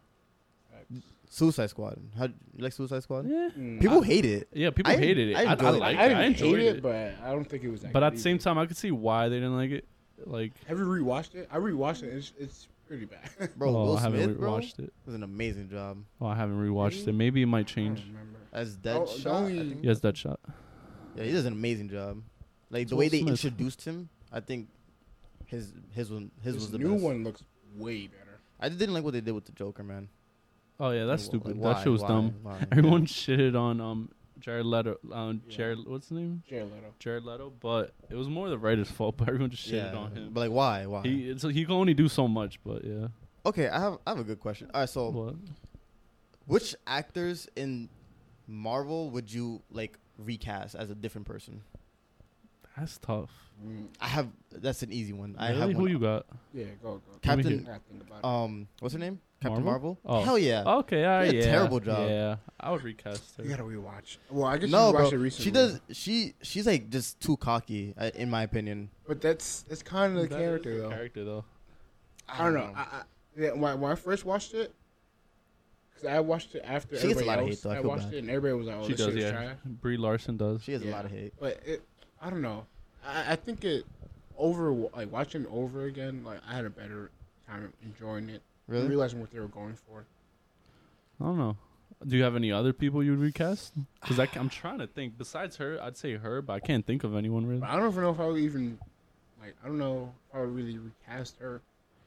A: Suicide Squad. How you like Suicide Squad?
C: more. Yeah,
B: Mm.
A: People hate it.
C: yeah. People
A: I-
C: hated it.
A: I
C: I, I,
A: enjoyed it.
C: liked
B: I
C: it. I
B: didn't hate
C: enjoyed
B: it,
C: it,
B: but I don't think it was. that
C: but at
B: good
C: the same
B: either.
C: time, I could see why they didn't like it. Like,
B: have you rewatched it? I rewatched it. It's, it's pretty bad.
A: Bro,
C: oh,
A: Will
C: I haven't
A: Smith, bro,
C: rewatched it.
A: does an amazing job
C: Oh, I haven't rewatched
B: Really?
C: it. Maybe it might
B: I don't
C: change.
B: remember.
A: as Deadshot.
B: Oh, the only-
A: I think.
C: Yes, that shot.
A: Yeah, he does an amazing job. Like the
C: Will
A: way they
C: Smith.
A: introduced him, I think his his one his
B: This
A: was the
B: new
A: best.
B: one looks way better.
A: I just didn't like what they did with the Joker, man.
C: Oh yeah, that's
A: Like, wh-
C: stupid.
A: like,
C: that shit was
A: why?
C: dumb.
A: Why?
C: Everyone shitted on um Jared Leto. Um,
B: Yeah.
C: Jared, what's his name?
B: Jared Leto.
C: Jared Leto. But it was more the writer's fault. But everyone just shitted
A: Yeah,
C: on him.
A: But like, why? Why?
C: He so he can only do so much. But yeah,
A: okay, I have I have a good question. All right, so
C: but
A: which actors in Marvel would you like recast as a different person?
C: that's tough.
B: Mm,
A: I have that's an easy one. I
C: Really?
A: have
C: who
A: one.
C: you got?
B: yeah, go go.
A: Captain-
B: I gotta think about it.
A: um, what's her name? Captain
C: Marvel?
A: Marvel.
C: Oh.
A: Hell yeah.
C: Okay, all right,
A: did a
C: yeah,
A: terrible job.
C: Yeah, I would recast
B: you
C: her.
B: gotta rewatch. Well, I guess
A: No,
B: you
A: bro.
B: watched it recently.
A: She does. She she's like just too cocky, uh, in my opinion.
B: but that's that's kind of the
C: That is
B: character
C: the
B: though.
C: Character though.
B: I don't know. I, I, yeah, when, when I first watched it, because I watched it after
A: She gets a
B: everybody
A: lot of
B: else.
A: hate, though. I
B: I,
A: feel
B: watched
A: bad.
B: it and everybody was like, "Oh,
C: she
B: this
C: does.
B: shit is
C: Yeah,
B: trash."
C: Brie Larson does.
A: She has
B: Yeah.
A: a lot of hate.
B: But it, I don't know. I, I think it over like watching it over again. Like I had a better time enjoying it I'm
A: Really?
B: realizing what they were going for.
C: I don't know. Do you have any other people you'd recast? Because I'm trying to think. Besides her, I'd say her, but I can't think of anyone really.
B: But I don't even know if I would even like. I don't know if I would really recast her.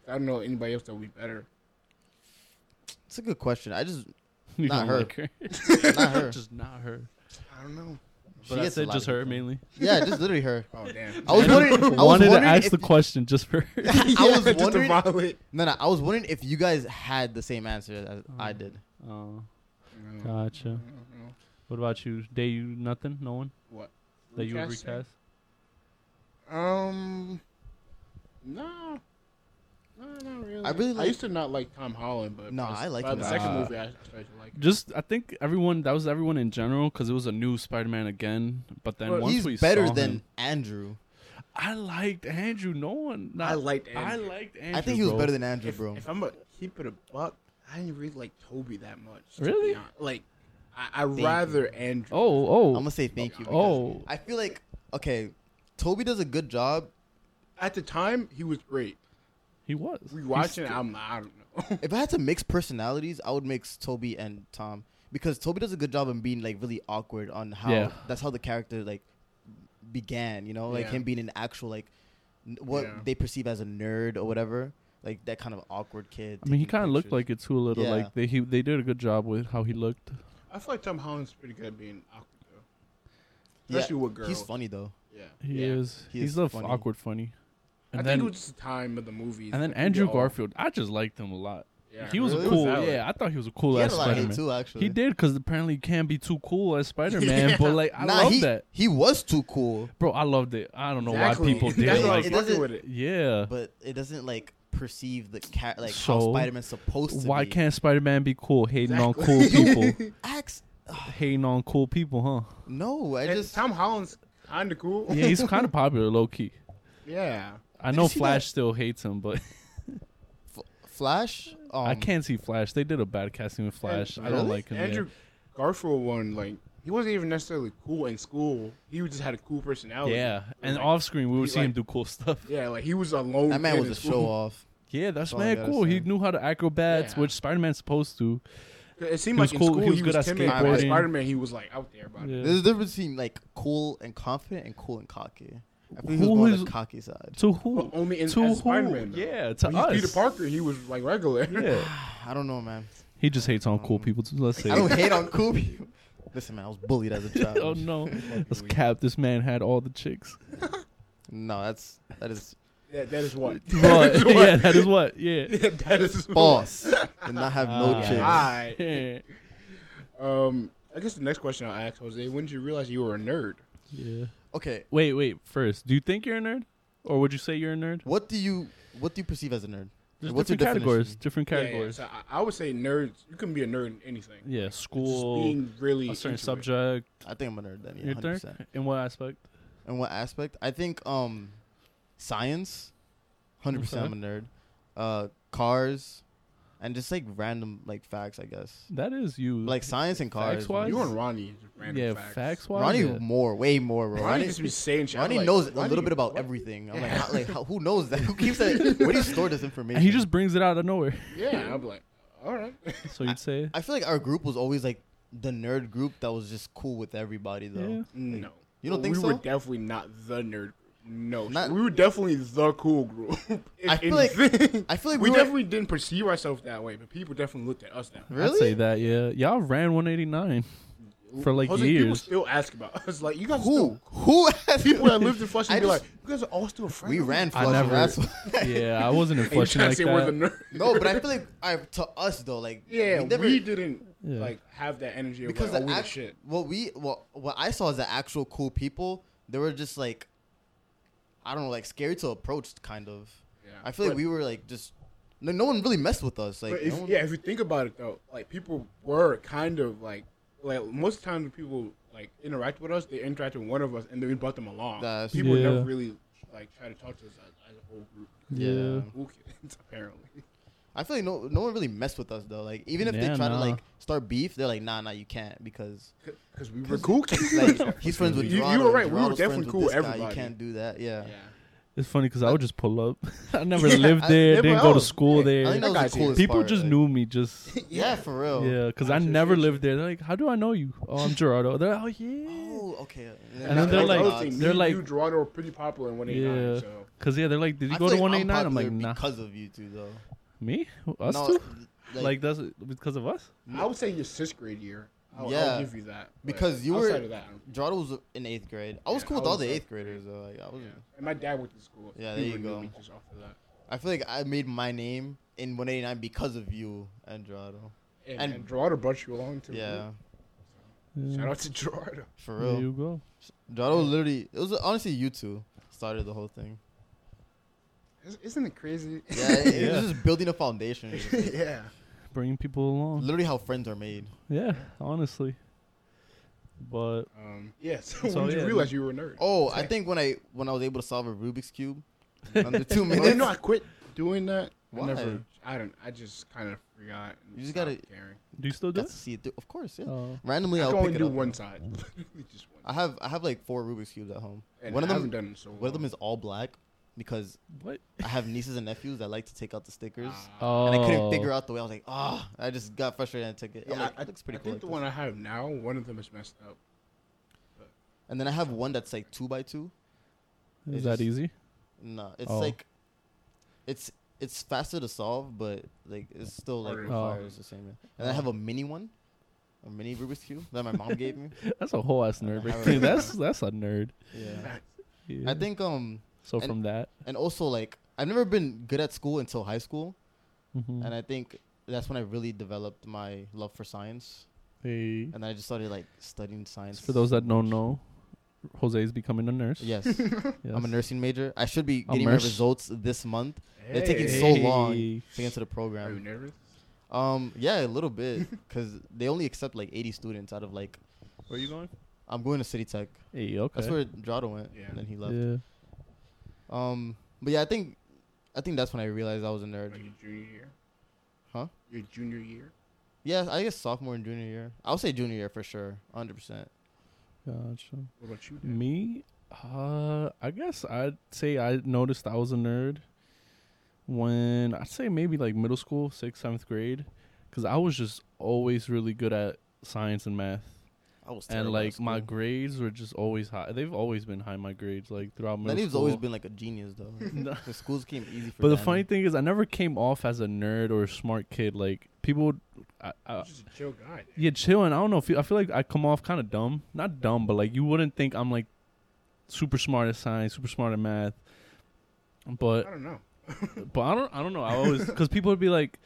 B: I don't know anybody else that would be better.
A: It's a good question. I just
C: You
A: Not
C: don't
A: her.
C: like her.
A: not her.
C: just not her.
B: I don't know.
A: She
C: But I
A: gets a
C: said
A: lot
C: just
A: of hate
C: her
A: for it.
C: mainly.
A: Yeah, just literally her.
B: Oh damn!
A: I was
C: And I
A: wondering. I was
C: wanted to
A: wondering
C: ask
A: if-
C: the question just for her.
A: I was
B: just to
A: wondering-
B: violate.
A: No, no. I was wondering if you guys had the same answer as I did.
C: Oh,
B: No,
C: gotcha.
B: I don't know.
C: What about you? Day you nothing? No one
B: What?
C: that you would
B: Recast her?
C: recast?
B: Um, no, no, not really.
A: I really
B: I
A: like-
B: used to not like Tom Holland, but
A: No,
B: by the-
A: I like
B: by
A: him
B: the
A: now.
B: second
C: Uh,
B: movie. I started to like. him.
C: Just I think everyone that was everyone in general because it was a new Spider-Man again. But then
B: Well,
C: once we
A: He's better
C: saw
A: than
C: him-
A: Andrew.
C: I liked Andrew. No one. Not,
B: I liked.
C: I
B: Andrew.
C: liked Andrew.
A: I think he was
C: bro.
A: better than Andrew,
B: If,
A: bro.
B: if I'm a keep it a buck, I didn't really like Toby that much. to be
C: Really?
B: hon- Like, I, I
A: you.
B: rather Andrew.
A: I'm
C: Oh, oh,
A: gonna say thank you. because
C: oh.
A: I feel like okay, Toby does a good job.
B: At the time, he was great.
C: He was.
B: Rewatching, I'm. I don't know.
A: If I had to mix personalities, I would mix Toby and Tom because Toby does a good job in being like really awkward on how
C: Yeah.
A: that's how the character like began. You know, like
B: Yeah.
A: him being an actual like n- what
B: Yeah.
A: they perceive as a nerd or whatever, like that kind of awkward kid.
C: I mean, he
A: taking
C: kind of looked
A: pictures.
C: like it too a little.
A: Yeah.
C: Like they he, they did a good job with how he looked.
B: I feel like Tom Holland's pretty good at being awkward though,
A: Yeah,
B: especially with girls.
A: He's funny though.
B: Yeah,
C: He
B: yeah.
C: is.
A: He
C: he's
A: is
C: a f-
A: funny.
C: awkward funny. And
B: I
C: then
B: think it was just the time of the movie.
C: and then Andrew Garfield. I just liked him a lot.
B: Yeah,
C: he was
A: really?
C: a
A: He
C: cool.
A: was valid.
C: yeah, I thought he was a cool
A: he had
C: ass
A: a lot of
C: Spider
A: hate
C: Man.
A: too, actually.
C: He did because apparently you can't be too cool as Spider Man.
B: Yeah.
C: But like, I
A: nah,
C: love
A: he,
C: that,
A: He was too cool,
C: bro. I loved it. I don't know
B: Exactly.
C: why people did
B: That's
C: it.
B: what I
C: Like,
B: was
A: It
B: fucking
A: doesn't-
B: with it.
C: yeah.
A: but it doesn't like perceive the cat like how
C: So,
A: Spider Man's supposed to.
C: Why
A: be.
C: can't Spider Man be cool? Hating on cool
B: Exactly.
C: people.
A: Ax?
C: hating on cool people, huh?
A: No, I
B: And
A: just
B: Tom Holland's kind of cool.
C: Yeah, he's kind of popular, low key.
B: yeah.
C: I
A: Did
C: know
A: you see
C: Flash
A: that-
C: still hates him, but
A: F- Flash. Um,
C: I can't see Flash. They did a bad casting with Flash. I
A: really?
C: don't like him. yeah.
B: Andrew Garfield one like he wasn't even necessarily cool in school. He just had a cool personality.
C: Yeah, and
B: Like,
C: off screen we would
B: he
C: see him
B: like-
C: do cool stuff.
B: Yeah, like he was alone.
A: That man was a show off.
C: Yeah, that's
A: all I
C: mad
A: gotta
C: cool. He
A: say.
C: knew how to acrobats,
B: Yeah.
C: which Spider Man's supposed to.
B: It seemed
C: He
B: like
C: was
B: in
C: cool,
B: school he was, good
C: at
B: timid. By
C: skateboarding.
B: Spider Man, he was like out there about it.
A: There's a difference between like cool and confident and cool and cocky. I feel he was
C: Who
A: more on
C: is-
A: the cocky side.
C: To
B: But
C: who?
B: only in
C: to who?
B: Oh, as Spider Man.
C: yeah, to
B: When he's
C: us.
B: Peter Parker, he was like regular.
C: Yeah,
A: I don't know, man.
C: he just hates on
B: Um,
C: cool people. Too, let's say.
A: I don't hate on cool people. Listen, man, I was bullied as a child.
C: oh no, that's cap. This man had all the chicks.
A: No, that's that is
B: That- that is what.
C: But yeah, that is what. Yeah.
B: that is
A: false. Did not have no
C: Ah.
A: chicks.
B: Alright.
C: yeah.
B: Um, I guess the next question I'll ask Jose: When did you realize you were a nerd?
C: Yeah.
A: Okay,
C: Wait, wait. First, do you think you're a nerd, or would you say you're a nerd?
A: what do you what do you perceive as a nerd?
C: There's
A: What's your
C: different categories.
A: definition?
C: Different
B: Yeah, yeah,
C: categories.
B: so I, I would say nerds. You can be a nerd in anything.
C: Yeah, school,
B: Just being really
C: a certain
B: into it.
C: subject.
A: I think I'm a nerd then. Yeah,
C: Your
A: hundred
C: third?
A: percent.
C: In what aspect?
A: In what aspect? I think um, science, hundred percent. I'm a nerd. Uh, cars, and just like random like facts, I guess.
C: That is you.
A: Like science and cars.
C: Facts-wise?
B: You and Ronnie. just Random
C: yeah,
B: facts.
C: facts wise.
A: Ronnie
C: yeah.
A: more, way more, bro.
B: Ronnie,
A: Ronnie,
B: just be saying shit. I'm
A: Ronnie
B: like,
A: knows a
B: Ronnie,
A: little bit about
B: what?
A: everything. I'm like, how, like how, who knows that? Who keeps that? Where do you store this information?
C: And he just brings it out of nowhere.
B: Yeah, I'm like, all right.
C: So you'd say,
A: I feel like our group was always like the nerd group that was just cool with everybody though.
C: yeah.
B: No,
A: Mm. You don't think
B: we
A: so?
B: were definitely not the nerd. group. No,
A: Not-
B: we were definitely the cool group. If
A: I feel like-
B: anything.
A: I feel like
B: we,
A: we were-
B: definitely didn't perceive ourselves that way, but people definitely looked at us that way.
A: Really?
C: I'd say that. Yeah, y'all ran 189 for like
B: Jose, People
C: years.
B: still ask about us. Like you guys,
A: Who?
B: still,
A: Who? asked
B: people that
A: you?
B: lived in Flushing,
A: I
B: be
A: just-
B: like, you guys are all still friends.
A: We ran
C: I
A: flush.
C: never-
A: That's why.
C: yeah, I wasn't in
B: Are you
C: flushing
B: trying
C: like
B: to say we're the
C: that.
B: nerd?
A: No, but I feel like I, to us though, like
B: Yeah,
A: we
B: we,
A: never
B: didn't
C: Yeah.
B: like have that energy
A: because
B: because like,
A: the
B: oh,
A: act-
B: act- shit.
A: what we what what I saw is the actual cool people. They were just like, I don't know, like scary to approach, kind of.
B: Yeah.
A: I feel
B: But-
A: like we were like just no, no one really messed with us. Like,
B: But if,
A: no one-
B: yeah, if you think about it though, like people were kind of like like most times when people like interact with us, they interact with one of us, and then we brought them along.
A: That's-
B: people never
C: Yeah.
B: really like try to talk to us as, as a whole group.
C: Yeah.
B: Cool kids, apparently.
A: I feel like no, no one really messed with us though. Like, even if they
C: Yeah,
A: try to
C: nah.
A: like start beef, they're like, nah, nah, you can't because
B: Because we were cool kids.
A: like he's friends with
B: You- you
A: Gerardo.
B: were right, we were
A: Gerardo's friends
B: definitely
A: with
B: cool,
A: this guy, You
B: everybody.
A: can't do that. Yeah.
B: yeah.
C: It's funny because I, would just pull up. I never
A: Yeah,
C: lived
A: I-
C: there.
A: yeah,
C: didn't
A: bro,
C: go
A: oh,
C: to school
A: yeah, I
C: there.
A: think that
B: I
A: was
B: got
A: the
B: you.
A: coolest
C: People
A: part,
C: just
A: like-
C: knew me. Just
A: Yeah, for real.
C: yeah, because I
B: That's
C: never
B: just-
C: lived there. They're like, how do I know you? Oh, I'm Gerardo. They're like, oh yeah.
A: Oh, okay.
C: And then they're
B: That's
C: like-
B: another thing. Me
C: they're
B: and
C: like-
B: you, Gerardo, were pretty popular in 189.
C: Yeah.
B: So
C: Because yeah, they're like, did you
A: I
C: go
A: feel
C: to
A: like
C: 189? I'm like,
A: popular
C: nah.
A: Because of you two, though.
C: Me? Us
A: No,
C: two?
A: like,
C: Like, that's because of us?
B: I would say your sixth grade year. I'll,
A: Yeah.
B: I'll give you that. But
A: Because you were-
B: outside of that,
A: Gerardo was in eighth grade. I was
B: Yeah,
A: cool
B: I
A: with all
B: was
A: the
B: like-
A: eighth graders though. Like, I was.
B: yeah. And my dad went to school. so
A: Yeah,
B: he
A: there
B: would
A: you
B: know
A: go.
B: me Just off of that.
A: I feel like I made my name in 189 because of you, and Gerardo.
B: And,
A: And-
B: and, Gerardo brought you along too.
A: Yeah,
C: Yeah.
B: Shout out to Gerardo.
A: for
C: There
A: real.
C: you go.
A: Gerardo was literally. It was honestly you two started the whole thing.
B: Is- Isn't it crazy?
A: Yeah, it, it
C: Yeah.
A: was just building a foundation. It was just, like,
B: yeah.
C: Bringing people along.
A: literally how friends are made.
C: Yeah, honestly. But
B: Um, yeah. So,
C: So,
B: when did
C: yeah.
B: you realize you were a nerd?
A: Oh, I think when I when I was able to solve a Rubik's cube under two
B: Well,
A: minutes.
B: you know, I quit doing that.
A: Why?
B: I never. I don't. I just kind of forgot. and
A: You just
B: stopped
A: gotta-
B: caring.
C: do you still do
A: got to
C: it?
A: see it. through- Of course, yeah.
C: Oh.
A: Randomly,
B: I
A: I'll
B: can
A: pick
B: only
A: it
B: do
A: up.
B: one side. Literally just one.
A: I have I have like four Rubik's cubes at home.
B: And
A: one of
B: I
A: them
B: haven't done it in so long.
A: one of them is all black because
C: what?
A: I have nieces and nephews that like to take out the stickers.
B: Ah.
C: Oh.
A: And I couldn't figure out the way. I was like, ah, I just got frustrated and took it. I'm
B: Yeah,
A: like,
B: I,
A: it Oh, looks pretty
B: I
A: cool.
B: think the
A: like
B: one
A: this.
B: I have now, one of them is messed up.
A: and then I have one that's like two by two.
C: Is
A: It's
C: that
A: just-
C: easy?
A: No, it's
C: Oh.
A: like, it's it's faster to solve, but like it's still like
B: Harder.
C: Oh.
A: requires the same. yeah. And I have a mini one, a mini Rubik's cube that my mom gave me.
C: That's a whole ass nerd.
A: I
C: Right there.
A: haven't-
C: That's that's a nerd.
A: Yeah,
C: Yeah.
A: I think um,
C: so.
A: and-
C: From that,
A: and also like I've never been good at school until high school,
C: Mhm.
A: and I think that's when I really developed my love for science,
C: Hey.
A: and I just started like studying science.
C: for those that don't know, Jose is becoming a nurse.
A: yes,
C: Yes.
A: I'm a nursing major. I should be
C: A
A: getting my
C: nurse?
A: results this month They're taking
B: Hey.
A: so long
C: Hey.
A: to get into the
B: Are you
A: program.
B: nervous?
A: Um, yeah, a little bit because they only accept like 80 students out of like
C: Where are you going?
A: I'm going to City Tech.
C: Hey, okay.
A: That's where Jado went,
B: Yeah.
A: and then he left.
C: yeah.
A: Um, but yeah, I think I think that's when I realized I was a
B: Like
A: nerd.
B: your junior year?
A: Huh?
B: Your junior year?
A: Yeah, I guess sophomore and junior year. I'll say junior year for sure, 100. percent
C: Gotcha.
B: What about you? Dan?
C: Me, uh, I guess I'd say I noticed I was a nerd when I'd say maybe like middle school, sixth, seventh grade, because I was just always really good at science and math,
A: I was
C: and
A: terrible at
C: like my
A: school.
C: grades were just always high. They've always been high. My grades like throughout middle
A: Danny's
C: school.
A: always been like a genius though.
C: No.
A: the schools came easy for.
C: But the
A: Danny.
C: funny thing is, I never came off as a nerd or a smart kid. Like people, would, I, I,
B: You're just a chill guy. Dan.
C: yeah, chilling. I don't know. Feel, I feel like I come off kind of dumb. Not dumb, but like you wouldn't think I'm like super smart at science, super smart at math.
B: I
C: But
B: don't know.
C: but I don't I don't know. I always because people would be like,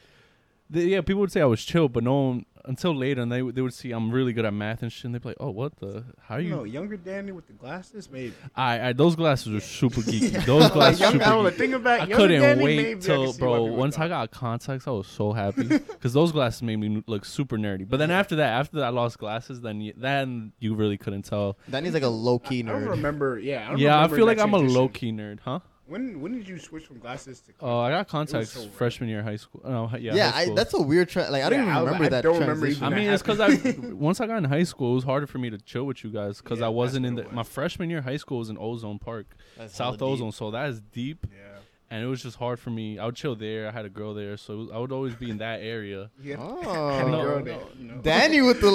C: they, yeah, people would say I was chill, but no one until later, and they would- they would see I'm really good at math and shit, and they'd be like, oh, what the? How are
B: I don't
C: you?
B: know, younger Danny with the glasses, maybe.
C: I, I those glasses are super geeky. Those glasses.
B: Young-
C: super
B: I don't know,
C: geeky.
B: think about
C: I
B: younger
C: couldn't
B: Danny, maybe I
C: wait
B: could
C: till
B: see why
C: bro.
B: people
C: Once I
B: thought.
C: got contacts, I was so happy because those glasses made me look super nerdy. But then after that, after I lost glasses, then y- then you really couldn't tell.
A: Danny's like a low key
B: I don't
A: nerd.
B: remember. Yeah, I don't
C: Yeah, I
B: remember
C: feel
B: that
C: like I'm a
B: transition.
C: low key nerd, huh?
B: When when did you switch from glasses to?
C: Oh, I got contacts
B: so rare.
C: freshman year of high school. No, hi- yeah,
A: Yeah,
C: high
A: I,
C: school.
A: that's a weird. Tra- like I don't
B: Yeah,
A: even
B: I-
A: remember
B: I
A: that.
B: don't remember
A: transition.
C: I
B: that
C: mean, it's because I once I got in high school, it was harder for me to chill with you guys because
B: Yeah,
C: I
B: that's
C: wasn't in
B: what
C: the
B: it
C: my
B: was.
C: freshman year of high school was in Ozone Park,
A: That's hella
C: South
A: deep.
C: Ozone. So that is deep,
B: Yeah,
C: and it was just hard for me. I would chill there. I had a girl there, so it was, I would always be in that area.
B: yeah.
A: Oh.
B: Had a
C: No,
B: girl
C: no,
B: that- no.
A: Danny with the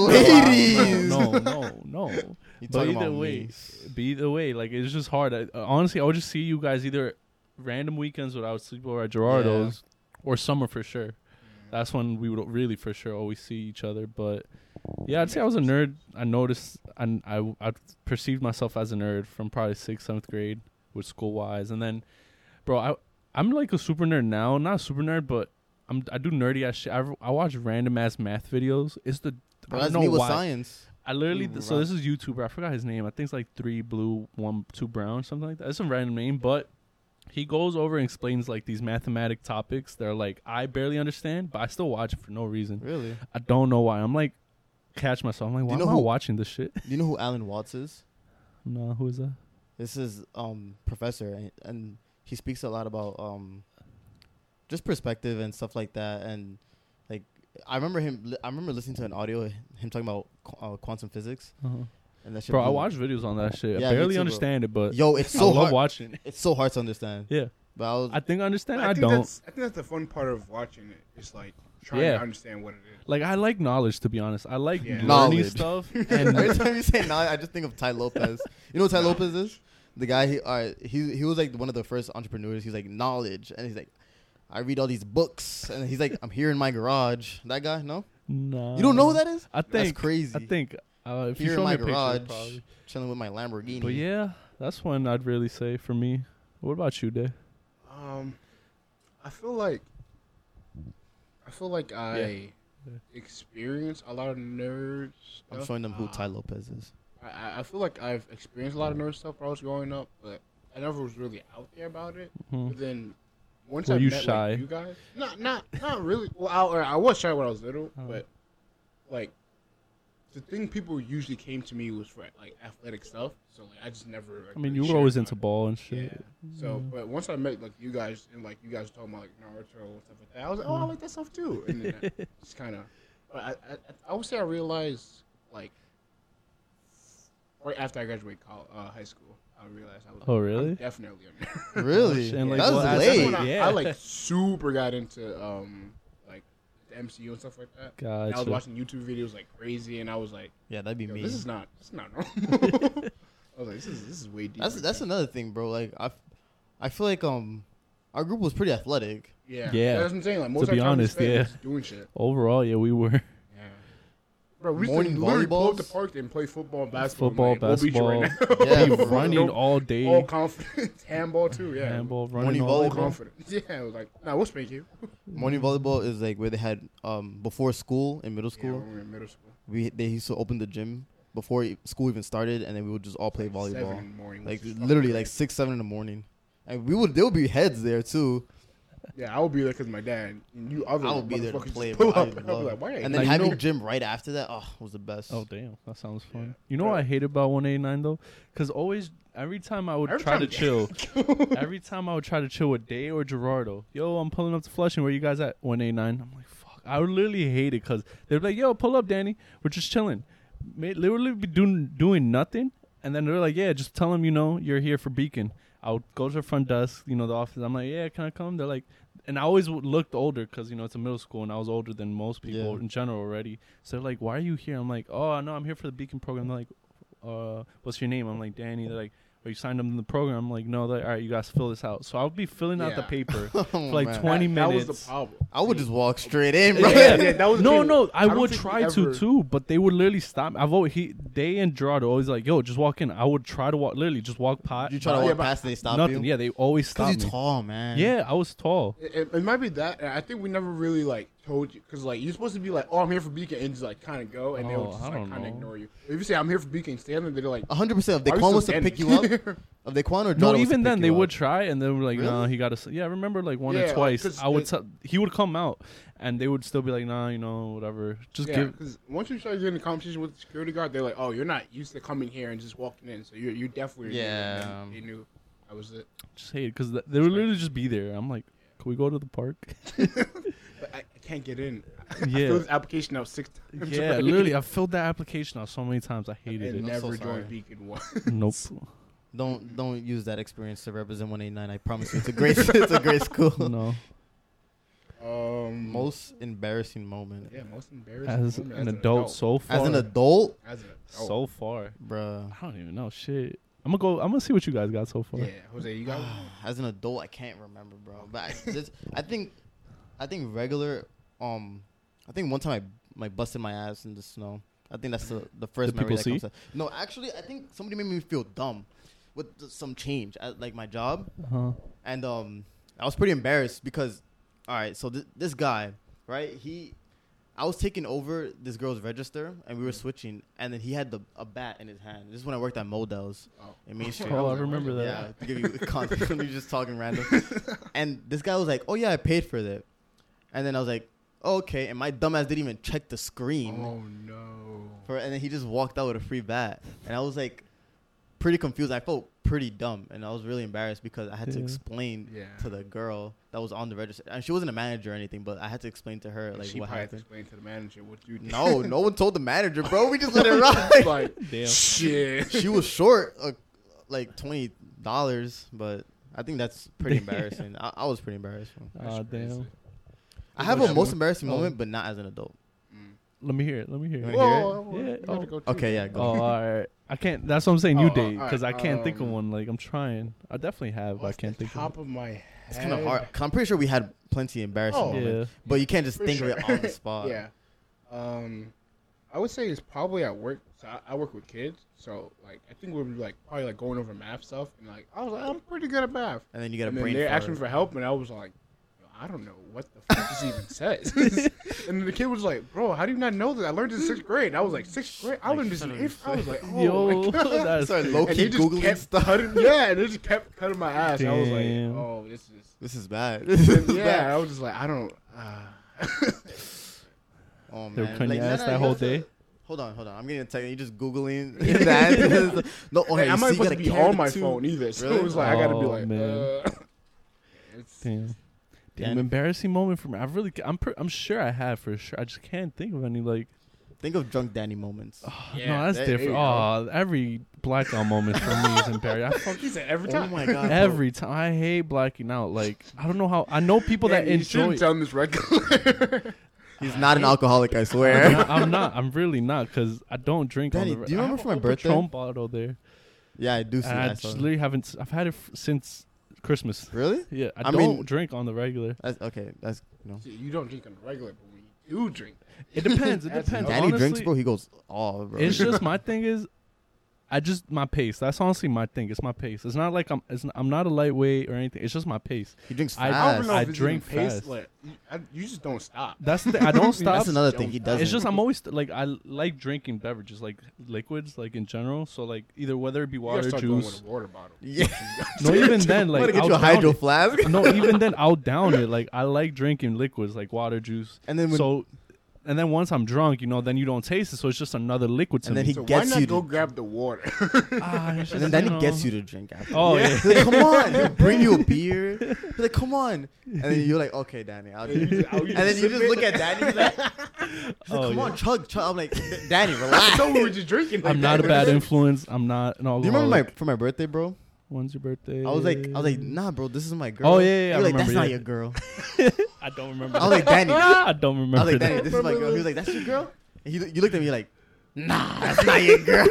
A: ladies.
C: No, no, no. no.
A: You
C: but
A: talking
C: either
A: about
C: way,
A: me.
C: but either way, like it's just hard. I, uh, honestly, I would just see you guys either random weekends without sleepover at Gerardo's or summer for sure.
A: Mm-hmm.
C: That's when we would really for sure always see each other. But yeah, I'd say I was a nerd. I noticed and I I perceived myself as a nerd from probably sixth, seventh grade with school wise, and then, bro, I I'm like a super nerd now. Not a super nerd, but. I'm, I do nerdy ass shit. I, I watch random ass math videos. It's the
A: Bro,
C: I
A: that's
C: don't know
A: me with
C: why.
A: science.
C: I literally
A: Mm,
C: so
A: right.
C: this is YouTuber. I forgot his name. I think it's like three blue, one two brown, something like that. It's a random name, but he goes over and explains like these mathematic topics that are like I barely understand, but I still watch it for no reason.
A: Really?
C: I don't know why. I'm like catch myself. I'm like,
A: Do
C: why
A: you know
C: am I
A: who-
C: watching this shit?
A: Do you know who Alan Watts is?
C: no, who is that?
A: This is um professor, and, and he speaks a lot about um just perspective and stuff like that. And like I remember him, I remember listening to an audio him talking about qu- uh, quantum physics, And that shit
C: Uh-huh. Bro, I
A: blew-
C: watch videos on that shit.
A: Yeah,
C: I
A: me too,
C: barely
A: bro.
C: understand it, but
A: Yo, it's
C: I
A: so
C: love
A: hard.
C: watching it.
A: It's so hard to understand.
C: Yeah.
A: But I was,
C: I think I understand. I,
B: I, think
C: don't.
B: That's, I think that's the fun part of watching it. It's like trying
C: Yeah.
B: to understand what it is.
C: Like I like knowledge to be honest. I like
B: Yeah.
C: learning
A: Knowledge.
C: stuff.
A: every
C: And
A: time you say now, I just think of Ty Lopez. You know what Ty Lopez is? The guy. He, all right, he he was like one of the first entrepreneurs. He's like knowledge, and he's like, I read all these books, and he's like, I'm here in my garage. That guy, no,
C: no,
A: you don't know who that is?
C: Uh, I
A: That's
C: think.
A: crazy.
C: I think. Uh, if you
A: here in
C: show me
A: my
C: a
A: garage,
C: picture, probably.
A: chilling with my Lamborghini.
C: But yeah, that's one I'd really say for me. What about you, Day?
B: Um, I feel like I feel like I
C: Yeah.
B: experience a lot of nerd. Stuff.
A: I'm showing them who
B: Uh,
A: Ty Lopez is.
B: I- I, I feel like I've experienced a lot of nerd stuff when I was growing up, but I never was really out there about it.
C: Hmm.
B: But then once
C: Were
B: I
C: you
B: met
C: shy?
B: Like, you guys, not not not really. Well, I, or I was shy when I was little,
C: Oh.
B: but like the thing people usually came to me was for like athletic stuff. So like I just never. like,
C: I mean,
B: really
C: you were
B: shared
C: always
B: about
C: into
B: it.
C: ball and
B: Yeah.
C: shit.
B: So,
C: Mm-hmm.
B: but once I met like you guys and like you guys were talking about like Naruto and stuff like that, I was like, oh, I like that stuff too. And then I just kind of, I, I I would say I realized like right after I graduated college, uh, high school, I realized I was.
C: Oh,
B: I'm
C: really?
B: definitely. A nerd.
A: Really?
C: Oh, And, like,
A: that
C: what
A: was
C: aspect-
B: That's
A: late.
B: when I,
C: yeah.
B: I like super got into um like the MCU and stuff like that. And I was
C: Gotcha.
B: watching YouTube videos like crazy, and I was like,
A: yeah, that'd be
B: Yo,
A: me.
B: this is not this is not normal. I was like, this is this is way deep.
A: that's that's another thing, bro. Like I, f- I feel like um, our group was pretty athletic.
B: Yeah.
C: Yeah.
B: That's what I'm saying. Like, most
C: be
B: of our time we
C: honest,
B: spend
C: yeah.
B: just doing shit.
C: Overall, yeah, we were
B: Yeah. Bro, we used to
A: Morning
B: literally pull up
A: volleyballs?
B: the park and play football and basketball.
C: football,
B: man. We'll beat you
C: basketball,
A: Yeah,
B: right
C: we
A: bro.
C: running
B: No,
C: all day,
B: now. all confidence. Handball, too, yeah.
C: handball,
A: Morning
C: running all
B: All
A: volleyball.
C: day.
B: confidence. Yeah, it was like, nah, we'll spank you.
A: Morning
B: Mm-hmm.
A: volleyball is like where they had um before school in middle
B: Yeah,
A: school.
B: when we were in middle school.
A: We they used to open the gym before e- school even started, and then we would just all play
B: Like, seven in
A: volleyball.
B: the morning,
A: Like
B: which is
A: literally,
B: fucking
A: like six, seven in the morning, and we would there would be heads there too.
B: crazy. Yeah, I would be there because my dad and you other
A: I would be there to
B: motherfuckers
A: play.
B: just pull
A: bro. I
B: up. I'd be
A: love
B: like,
A: it.
B: why are you
A: and then
C: Like, you
A: having
C: know-
A: gym right after that, oh, was the best.
C: Oh damn, that sounds fun.
B: Yeah.
C: You know what I
B: Right.
C: hate about 189 though? Because always, every time I would
B: Every
C: try
B: time-
C: to chill, every time I would try to chill with Day or Gerardo, yo, I'm pulling up to Flushing. Where you guys at? 189. I'm like, fuck. I would literally hate it because they'd be like, yo, pull up, Danny. We're just chilling. May, literally be doing doing nothing, and then they're like, yeah, just tell them you know you're here for Beacon. I would go to the front desk, you know, the office. I'm like, yeah, can I come? They're like, and I always w- looked older because you know it's a middle school, and I was older than most people
A: Yeah.
C: in general already. So they're like, why are you here? I'm like, oh no, I'm here for the Beacon program. They're like, uh, what's your name? I'm like, Danny. They're like, oh, you signed up in the program. I'm like, no. They're like, all right, you guys fill this out. So I'll be filling out the
B: Yeah.
C: paper
A: Oh,
C: for like
A: man.
C: 20
B: that,
C: minutes.
B: That was the problem.
A: I would just walk straight in, bro.
B: Yeah, yeah, that was the
C: no,
B: thing.
C: no. I,
B: I don't
C: would
B: think we
C: try
B: ever-
C: to too, but they would literally stop. me. I've always he they and Gerard are always like, yo, just walk in. I would try to walk, literally just walk past.
A: You try to
B: Yeah,
A: walk
B: but-
A: past, and they stop
C: nothing.
A: you.
C: Yeah, they always stop
A: because
C: me.
A: you're tall, man.
C: Yeah, I was tall.
B: It, it- it might be that. and I think we never really like told you because like you're supposed to be like, "Oh, I'm here for Beacon," and just like kind of go, and
C: Oh,
B: they'll just
C: I
B: like
C: don't
B: kind of
C: know.
B: ignore you. If you say, "I'm here for Beacon," stand there, they're like,
A: A hundred percent. If
B: "Why are
A: Daquan
B: you
A: was
B: still
A: to pick you up,
B: standing?"
A: if Daquan or Jordan
C: No,
A: was to
C: even
A: pick
C: then
A: you
C: they
A: up,
C: would try, and they were like,
A: Really?
C: "Nah, he got us." Yeah, I remember like one
B: Yeah,
C: or
B: like,
C: twice.
B: 'cause
C: I would
B: it-
C: tell- he would come out, and they would still be like, "Nah, you know, whatever." Just
B: yeah,
C: give.
B: because once you start getting a conversation with the security guard, they're like, "Oh, you're not used to coming here and just walking in, so you're you definitely
A: Yeah. um,
B: They knew that was it.
C: just hate because they would literally just be there. I'm like, can we go to the park?
B: But I, I can't get in. I
C: yeah,
B: filled this application out six times.
C: yeah.
B: already.
C: Literally, I filled that application out so many times. I hated
B: and
C: it.
A: I'm so
B: never
A: sorry.
B: joined Beacon once.
C: Nope.
A: Don't don't use that experience to represent 189. I promise you, it's a great it's a great school.
C: No.
B: Um,
A: Most embarrassing moment
B: yeah, most embarrassing
C: As
B: moment
C: an adult, so far.
A: as an adult,
B: As an adult.
C: so far.
A: bruh.
C: I don't even know shit. I'm gonna go. I'm gonna see what you guys got so far.
B: yeah, Jose, you got one?
A: As an adult, I can't remember, bro. But I, just, I think I think regular. Um, I think one time I like busted my ass in the snow. I think that's the the first
C: Did
A: memory
C: people
A: that
C: see?
A: comes. Up. No, actually, I think somebody made me feel dumb with th- some change at like my job.
C: Uh-huh.
A: and um, I was pretty embarrassed because, all right, so th- this guy, right, he, I was taking over this girl's register, and we were switching, and then he had the a bat in his hand. This is when I worked at Modell's
B: Oh.
A: in Main Street.
C: Oh, I
B: like,
C: remember
B: what?
C: that.
A: Yeah, to give you context, we were just talking random, and this guy was like, "Oh yeah, I paid for that," and then I was like, oh, "Okay," and my dumbass didn't even check the screen
B: Oh no.
A: for, and then he just walked out with a free bat, and I was like, pretty confused. I felt pretty dumb, and I was really embarrassed because I had to
C: Yeah.
A: explain
B: Yeah.
A: to the girl that was on the register, and she wasn't a manager or anything, but I had to explain to her like
B: she
A: what
B: probably had to
A: happened.
B: explain to the manager what you did.
A: No, no one told the manager, bro. We just let it ride.
B: It's like
C: Damn.
B: shit.
A: she was short uh, like twenty dollars, but I think that's pretty embarrassing. I, I was pretty embarrassed.
C: Aw, damn.
B: crazy.
A: I have
B: about
A: a
B: you?
A: most embarrassing
C: Oh.
A: moment, but not as an adult.
B: Mm.
C: Let me hear it. Let me hear
A: You
C: it.
A: wanna hear it?
B: Whoa, whoa,
C: Yeah,
B: you gotta
C: oh.
B: go too.
A: Okay, yeah,
C: Oh,
A: go.
C: all right. I can't. That's what I'm saying.
B: Oh,
C: You
B: oh,
C: date
B: all
C: because I
B: right,
C: can't think of
B: um,
C: one. Like I'm trying. I definitely have. but Oh, I
B: Off
C: can't
B: the
C: think
B: top
C: of.
B: of my head.
A: It's kind of hard. i I'm pretty sure we had plenty embarrassing
B: Oh.
C: One.
A: moments,
C: Yeah.
A: but you can't just
B: For
A: think of it
B: sure.
A: on the spot.
B: Yeah. Um, I would say it's probably at work. So I, I work with kids, so like I think we were like probably like going over math stuff, and like I was like I'm pretty good at math.
A: And then you got a
B: and then
A: brain
B: they're
A: fart.
B: asking for help, and I was like, "Yo, I don't know what the fuck this even says. and then the kid was like, Bro, how do you not know this? I learned this in sixth grade. And I was like, Sixth grade? I
A: Like,
B: learned this in
A: son of
B: eighth.
A: a-
B: I was like, Oh
C: Yo,
B: my god.
C: that's
A: Sorry,
C: crazy.
A: low
B: And
A: key
B: they just
A: googling
B: kept
A: stuff.
B: cutting, yeah, and they just kept cutting my ass. I was like,
C: Damn.
B: Oh, this is.
A: This is bad.
B: And yeah, I was just like, I don't. Uh,
A: Oh man.
C: They were cutting
A: Like,
C: your
A: no,
C: ass
A: no,
C: that
A: you
C: whole
A: have to-
C: day.
A: Hold on, hold on. I'm getting a text. You just googling the answers. No, okay.
B: Like, I'm
A: so
B: not
A: Oh, you
B: supposed to
A: gotta
B: be
A: carry
B: on
A: the
B: my
A: two.
B: phone either. So
A: Really?
B: it was like I gotta be
C: Oh,
B: like,
C: man.
B: uh, it's,
C: Damn.
A: Dan?
C: Damn. Embarrassing moment for me. I really. I'm. Pr- I'm sure I have for sure. I just can't think of any. Like.
A: Think of drunk Danny moments.
B: Yeah,
C: no, that's
A: there- there
C: different.
A: you
C: Oh, every blackout moment for me is embarrassing. I
B: he said every
A: Oh
B: time.
A: my god. bro.
C: Every time I hate blacking out. Like I don't know how. I know people that
B: Man, you shouldn't
C: enjoy. it.
B: tell him this regular.
A: He's not an alcoholic, I
C: I'm
A: swear.
C: not- I'm not. I'm really not because I don't drink.
A: Danny,
C: on the,
A: do you
C: I
A: remember
C: have a
A: for my
C: whole
A: birthday?
C: Patron bottle there.
A: yeah, I do see
C: and I
A: that.
C: just
A: so-
C: literally haven't. s- I've had it f- since Christmas.
A: Really?
C: Yeah, I,
A: I
C: don't
A: mean-
C: drink on the regular.
A: That's, okay, that's no.
B: See, you don't drink on the regular, but when you do drink,
C: It depends. It
B: That's
C: depends.
A: Danny
C: honestly,
A: drinks, bro. He goes all, bro.
C: It's just my thing is, I just my pace. That's honestly my thing. It's my pace. It's not like I'm. It's, I'm not a lightweight or anything. It's just my pace.
A: he drinks
C: I-
A: fast.
B: I don't even know
C: I
B: if it's
C: drink
B: even pace.
C: fast.
B: Like, you, I, you just don't stop.
C: That's the thing. I don't stop.
A: that's another thing he
B: It's
A: doesn't.
C: It's just I'm always like I like drinking beverages like liquids like in general. So like either whether it be
B: You gotta
C: water,
B: start going with
C: juice.
B: a water bottle.
A: yeah.
C: No, even then like
A: I'm gonna get
C: I'll
A: you a
C: down
A: hydro
C: it.
A: flask.
C: no, even then I'll down it. Like I like drinking liquids like water, juice.
A: And then when-
C: so, and then once I'm drunk, you know, then you don't taste it. So it's just another liquid to
A: And then
C: me.
A: He
B: So why
A: gets
B: not
A: you
B: go
A: to-
B: grab the water?
C: ah, it's
A: And
C: just,
A: then Danny
C: know.
A: gets you to drink after.
C: Oh yeah.
A: He's like, come on, he'll bring you a beer. He's like, come on. And then you're like, okay, Danny, I'll drink.
B: You
A: it."
B: just- I'll-
A: And then you
B: sip
A: just
B: it.
A: look at Danny, he's like, he's like,
C: Oh,
A: come
C: yeah.
A: on, chug, chug. I'm like, Danny, relax.
B: I know we were just drinking. like
C: I'm not a
B: that.
C: bad influence. I'm not an
A: Do you
C: alcoholic.
A: remember my for my birthday, bro?
C: When's your birthday?
A: I was like, I was like, nah, bro, this is my girl.
C: Oh, yeah, yeah, yeah, I
A: You're like,
C: remember,
A: that's not
C: yeah."
A: your girl.
C: I don't remember.
A: I was like, Danny, I
C: I don't remember.
A: was like,
C: that.
A: Danny, this is my girl. He was like, that's your girl. And you, you looked at me like, nah, that's not your girl.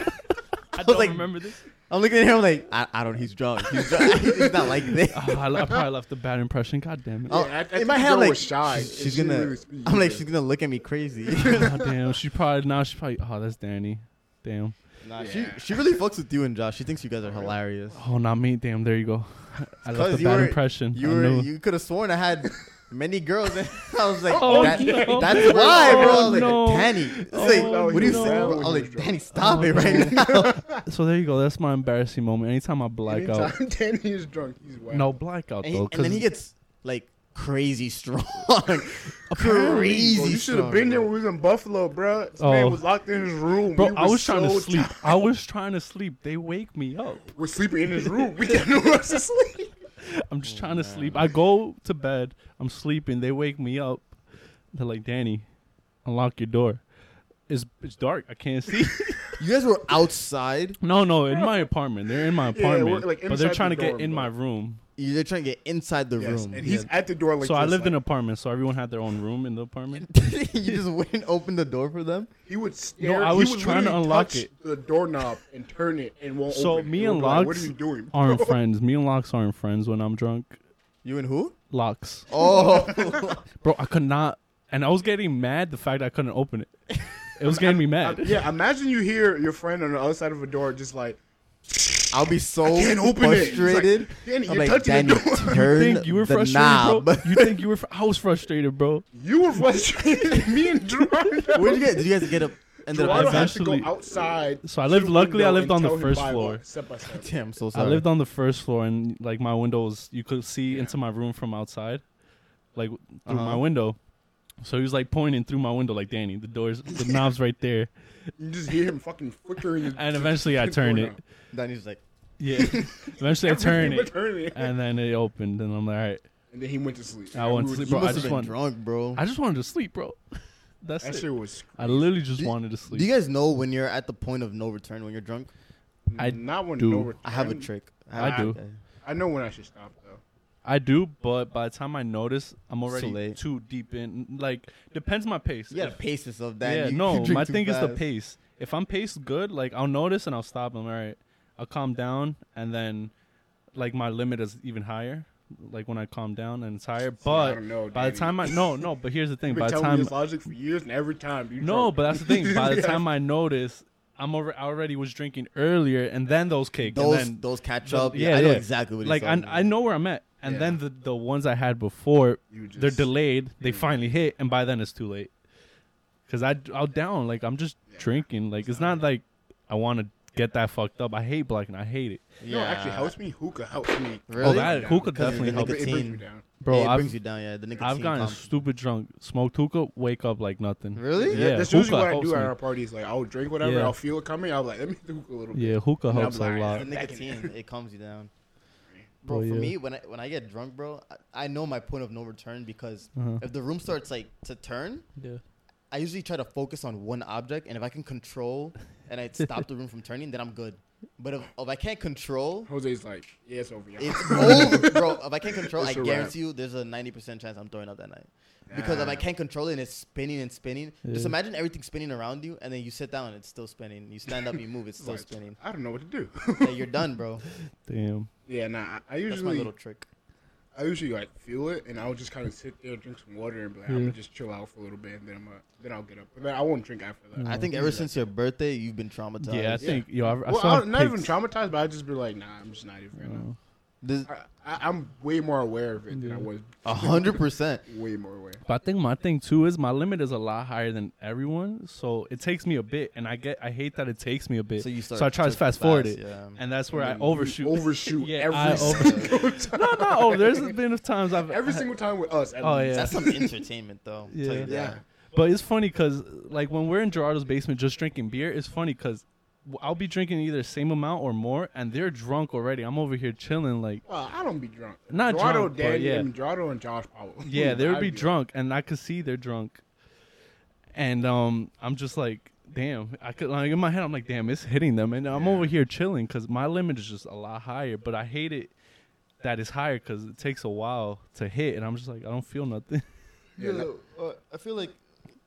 C: I
A: was
C: don't
A: like-
C: remember this.
A: I'm looking at him like, I, I don't. He's drunk. He's drunk. He's not like this.
C: Ah, I, I probably left a bad impression. God damn it.
A: Oh,
B: Yeah, I- I
A: in
B: think
A: my
B: the
A: head,
B: girl
A: like,
B: was shy,
A: she's,
B: and
A: she's
B: she
A: gonna.
B: really speaks
A: I'm like,
B: either.
A: she's gonna look at me crazy.
C: God damn. She probably now. She probably. Oh, that's Danny. Damn.
A: nah,
B: Yeah.
A: she she really fucks with you and Josh. She thinks you guys are hilarious.
C: Oh, not me. Damn. There you go. I left
A: 'Cause
C: a
A: you
C: bad
A: were-
C: impression.
A: You
C: I
A: were,
C: know.
A: you could have sworn I had many girls. And I was like,
C: Oh,
A: that,
C: no.
A: that's why, bro. I was
C: Oh,
A: like,
C: no.
A: Danny, it's like,
C: no,
A: what do you
C: no. Oh,
A: say? bro? I was like, Danny, stop it right now.
C: so there you go. That's my embarrassing moment. Anytime I black out.
B: Anytime Danny is drunk, he's wild.
C: uh, No blackout
A: And, he-
C: though.
A: and then he
C: 'cause-
A: gets like crazy strong, crazy.
B: Bro, you should have
A: strong,
B: been there
A: bro.
B: when we was in Buffalo, bro. This
C: Oh.
B: man was locked in his room.
C: Bro,
B: We
C: I
B: were
C: was trying
B: so
C: to sleep.
B: tired.
C: I was trying to sleep. They wake me up.
B: We're sleeping in his room. We got no rest to sleep.
C: I'm
B: Oh,
C: just trying to sleep. I go to bed. I'm sleeping. They wake me up. They're like, Danny, unlock your door. It's it's dark. I can't see.
A: You guys were outside.
C: no, no, in my apartment. They're in my
B: Yeah, we're,
C: apartment,
B: like,
C: but they're
B: inside
C: trying
B: the
C: to get
B: dorm,
C: in
B: bro.
C: my room.
A: You're trying to get inside the
B: Yes,
A: room.
B: and he's at the door like
C: so I
B: this,
C: lived
B: like,
C: in an apartment. So everyone had their own room in the apartment.
A: you just wouldn't open the door for them.
B: He would stare.
C: I
B: he
C: was
B: would
C: trying to
B: literally
C: unlock
B: touch
C: it.
B: The doorknob and turn it and won't
C: So
B: open. it.
C: me
B: He would
C: and
B: be like, What are
C: Locks
B: you doing?
C: Aren't friends. Me and Locks aren't friends when I'm drunk.
A: You and who?
C: Locks,
A: Oh,
C: bro, I could not, and I was getting mad. The fact I couldn't open it, it was getting me
B: I-
C: mad.
B: yeah, imagine you hear your friend on the other side of a door just like,
A: I'll be so
B: can't open it. It's like,
A: frustrated.
B: Danny,
A: I'm
B: you're
A: like,
B: touching
A: Danny,
B: the door.
A: turn
C: You think you were
A: the
C: frustrated,
A: knob.
C: bro? You think you were? Fr- I was frustrated, bro.
B: You were frustrated. me and Gerardo.
A: Where'd you guys? Did you guys get up? Ended
B: Gerardo
A: up outside?
C: Drive
B: had to go
C: eventually-
B: outside.
C: So I
B: to
C: lived.
B: the
C: Luckily, I
B: window
C: lived
B: and
C: on the
B: tell him
C: first
B: bye,
C: floor.
B: Step by step.
A: Damn, I'm so
C: I
A: sorry.
C: lived on the first floor, and like my windows, you could see into my room from outside, like through my
A: Uh-huh.
C: window. So he was like pointing through my window, like Danny, the doors, the knobs right there.
B: You just hear him fucking flickering. his-
C: And eventually, I
B: his
C: turned it.
B: doorknob.
A: Danny's like,
C: Yeah. Eventually I
B: Everything
C: turned it.
B: returning.
C: And then it opened and I'm like, all right.
B: And then he went to sleep.
C: I went to
B: We were-
C: sleep, bro.
A: you
C: I
A: must
C: just
A: have been
C: want-
A: drunk, bro.
C: I just wanted to sleep, bro. That's
B: That
C: it.
B: shit was
C: I literally just
A: Do-
C: wanted to
A: Do
C: sleep.
A: you guys know when you're at the point of no return when you're drunk?
C: I
B: not when
C: do.
B: no return.
A: I have a trick.
C: I do.
B: I know when I should stop though.
C: I do, but by the time I notice, I'm already
A: late.
C: too deep in. Like, depends my pace.
A: You gotta
C: If-
A: pace yourself, Dan.
C: yeah,
A: You- you
C: no,
A: drink
C: my
A: too
C: thing is the
A: fast.
C: pace. If I'm paced good, like I'll notice and I'll stop. I'm all right. I'll calm down, and then like my limit is even higher. Like when I calm down and it's higher, but
B: don't know,
C: by the
B: Danny.
C: time I no no, but here's the thing.
B: You've
C: By
B: been
C: the
B: telling me
C: time
B: this logic for years, and every time you
C: no,
B: drunk.
C: but that's the thing. By the
B: Yeah.
C: time I notice, I'm over. I already was drinking earlier, and then those kicked.
A: Those
C: and then,
A: those catch
C: the-
A: up. Yeah, I know exactly what he's
C: like
A: talking
C: I, I
A: about.
C: know where I'm at, and
B: Yeah.
C: then the the ones I had before,
B: You
C: they're
B: just-
C: delayed. They
B: Mm.
C: finally hit, and by then it's too late. Cause I I'll down like I'm just
B: Yeah.
C: drinking. Like it's not like I want to get that fucked up. I hate blacking. I hate it,
B: no, actually helps me. Hookah helps me.
A: Really? Oh,
C: that- hookah definitely
B: helps.
A: helps.
B: It brings me
A: Nicotine.
B: down.
A: Yeah,
C: bro.
A: it brings
C: I've
A: you down. Yeah, the nicotine.
C: I've gotten
A: comes.
C: stupid drunk, smoked hookah, wake up like nothing.
A: Really?
C: Yeah,
B: that's usually
C: hookah
B: what I
C: helps
B: do at
C: me.
B: our parties. Like I'll drink whatever,
C: Yeah.
B: I'll feel it coming. I'll be like let me do hookah a little bit.
C: Yeah, hookah
B: Nah,
C: helps a
B: black.
A: The
C: lot.
A: nicotine, it calms you down. Bro,
C: Well,
A: for
C: yeah.
A: me, when I when I get drunk, bro, I, I know my point of no return because
C: Uh-huh.
A: if the room starts like to turn,
C: Yeah.
A: I usually try to focus on one object, and if I can control and I stop the room from turning, then I'm good. But if, if I can't control,
B: Jose's like, yeah, it's over. y'all."
A: it's over, bro. If I can't control,
B: It's
A: I
B: a wrap.
A: guarantee you, there's a ninety percent chance I'm throwing up that night. Because if I
B: Nah.
A: can't control it and it's spinning and spinning, just
C: Yeah.
A: imagine everything spinning around you, and then you sit down, and it's still spinning. You stand up, you move, it's
B: It's
A: still
B: like,
A: spinning.
B: I don't know what to do.
A: Yeah, you're done, bro.
C: Damn.
B: yeah, nah. I- I
A: That's my
B: usually,
A: little trick.
B: I usually like feel it, and I'll just kind of sit there, drink some water, and be like, I'm
C: Yeah.
B: gonna just chill out for a little bit, and then I'm, uh, then I'll get up. But then I won't drink after
C: Mm.
B: that.
A: I think ever since your birthday, you've been traumatized.
C: Yeah, I think yo. I, I
B: well,
C: saw
B: I'm not even
C: pics.
B: traumatized, but I just be like, nah, I'm just not even. Gonna.
C: Oh.
A: This-
B: I, I, I'm way more aware of it than I
C: Yeah. Uh,
B: was.
A: A hundred percent.
B: Way more aware.
C: But I think my thing too is my limit is a lot higher than everyone, so it takes me a bit, and I get I hate that it takes me a bit.
A: So you start.
C: I try to
A: too
C: fast forward it,
A: Yeah.
C: and that's where I
B: You
C: overshoot.
B: Overshoot
C: Yeah,
B: every
C: I over-
B: single time.
C: no, no. Oh, there's been times I've
B: Every
C: I-
B: single time with us. At
C: Oh,
B: least.
C: yeah.
A: That's some entertainment, though. I'll tell
C: Yeah.
A: you that.
C: But it's funny because like when we're in Gerardo's basement just drinking beer, it's funny because I'll be drinking either same amount or more, and they're drunk already. I'm over here chilling like.
B: Well, Uh, I don't be drunk.
C: Not
B: Gerardo,
C: drunk, but
B: Danny,
C: yeah.
B: and Gerardo and Josh Powell.
C: Yeah, they would
B: I'd
C: be
B: like,
C: drunk, and I could see they're drunk. And um, I'm just like, damn. I could like in my head, I'm like, damn, it's hitting them, and I'm
B: Yeah.
C: over here chilling because my limit is just a lot higher. But I hate it that it's higher because it takes a while to hit, and I'm just like, I don't feel nothing.
B: Yeah,
A: Yeah, uh, I feel like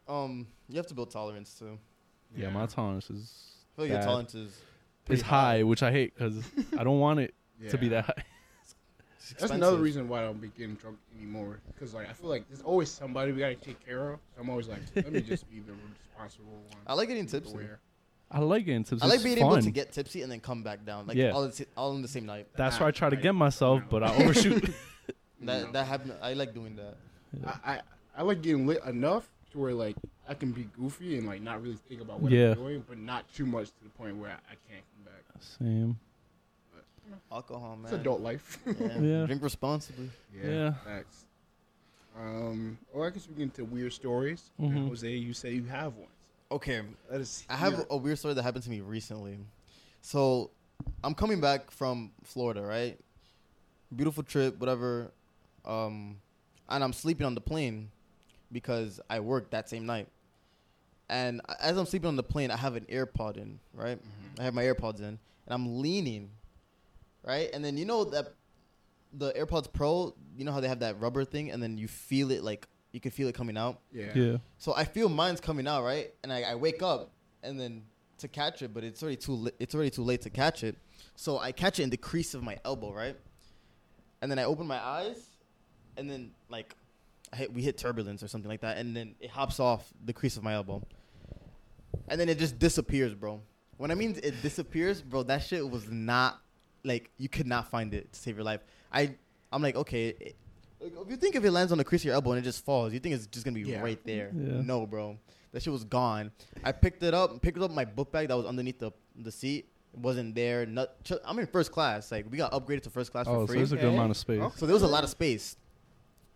A: um, you have to build tolerance too.
C: Yeah, my tolerance is
A: I feel like your
C: bad.
A: tolerance is
C: is
A: pretty
C: high, which I hate because I don't want it to be
B: yeah.
C: that high.
A: It's
B: That's another
A: expensive.
B: reason why I don't be getting drunk anymore. Because like I feel like there's always somebody we gotta take care of. So I'm always like, let me just be the responsible one.
A: I like getting tipsy.
B: Aware.
C: I like getting tipsy.
A: I like
C: It's
A: being
C: fun.
A: able to get tipsy and then come back down, like
C: Yeah.
A: all, the si- all in the same night.
C: That's
B: Nah,
C: where I try to
B: I-
C: get myself,
B: no.
C: Oh, but I overshoot.
A: That
B: No.
A: that happened. I like doing that.
B: I, I I like getting lit enough to where like I can be goofy and like not really think about what
C: Yeah.
B: I'm doing, but not too much to the point where I, I can't come back.
C: Same.
A: Alcohol, man.
B: It's adult life.
A: Yeah.
C: Yeah.
A: Drink responsibly.
C: Yeah.
B: Facts. Um. Or I guess we can get into weird stories.
C: Mhm.
B: Jose, you say you have one.
A: Okay,
B: Let us.
A: I have
B: hear.
A: a weird story that happened to me recently. So, I'm coming back from Florida, right? Beautiful trip, whatever. Um, and I'm sleeping on the plane because I worked that same night. And as I'm sleeping on the plane, I have an AirPod in, right? I have my AirPods in, and I'm leaning, right? And then you know that the AirPods Pro, you know how they have that rubber thing, and then you feel it like you can feel it coming out.
B: Yeah.
C: Yeah.
A: So I feel mine's coming out, right? And I, I wake up and then to catch it, but it's already too li- it's already too late to catch it. So I catch it in the crease of my elbow, right? And then I open my eyes, and then like I hit, we hit turbulence or something like that, and then it hops off the crease of my elbow, and then it just disappears, bro. When I mean it disappears, bro, that shit was not like you could not find it to save your life. I I'm like okay. It, like, if you think if it lands on the crease of your elbow and it just falls, you think it's just gonna be
B: Yeah.
A: right there.
C: Yeah.
A: No, bro, that shit was gone. I picked it up, picked up my book bag that was underneath the the seat. It wasn't there. Not, I'm in first class. Like we got upgraded to first class
C: Oh,
A: for
C: so
A: free.
C: there's a good
B: Okay.
C: amount of space.
A: So there was a lot of space.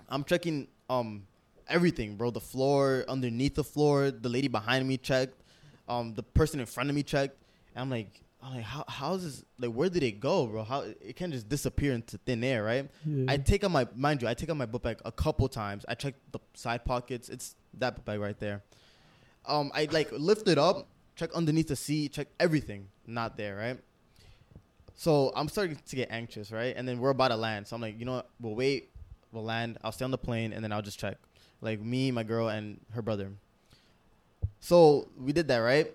A: I'm checking um everything, bro. The floor, underneath the floor, the lady behind me checked, um the person in front of me checked. And I'm like, I'm like, how how's this like where did it go, bro? How it can't just disappear into thin air, right?
C: Yeah.
A: I take out my mind you, I take out my book bag a couple times. I check the side pockets. It's that book bag right there. Um, I like lift it up, check underneath the seat, check everything. Not there, right? So I'm starting to get anxious, right? And then we're about to land. So I'm like, you know what? We'll wait. We'll land. I'll stay on the plane and then I'll just check. Like me, my girl, and her brother. So we did that, right?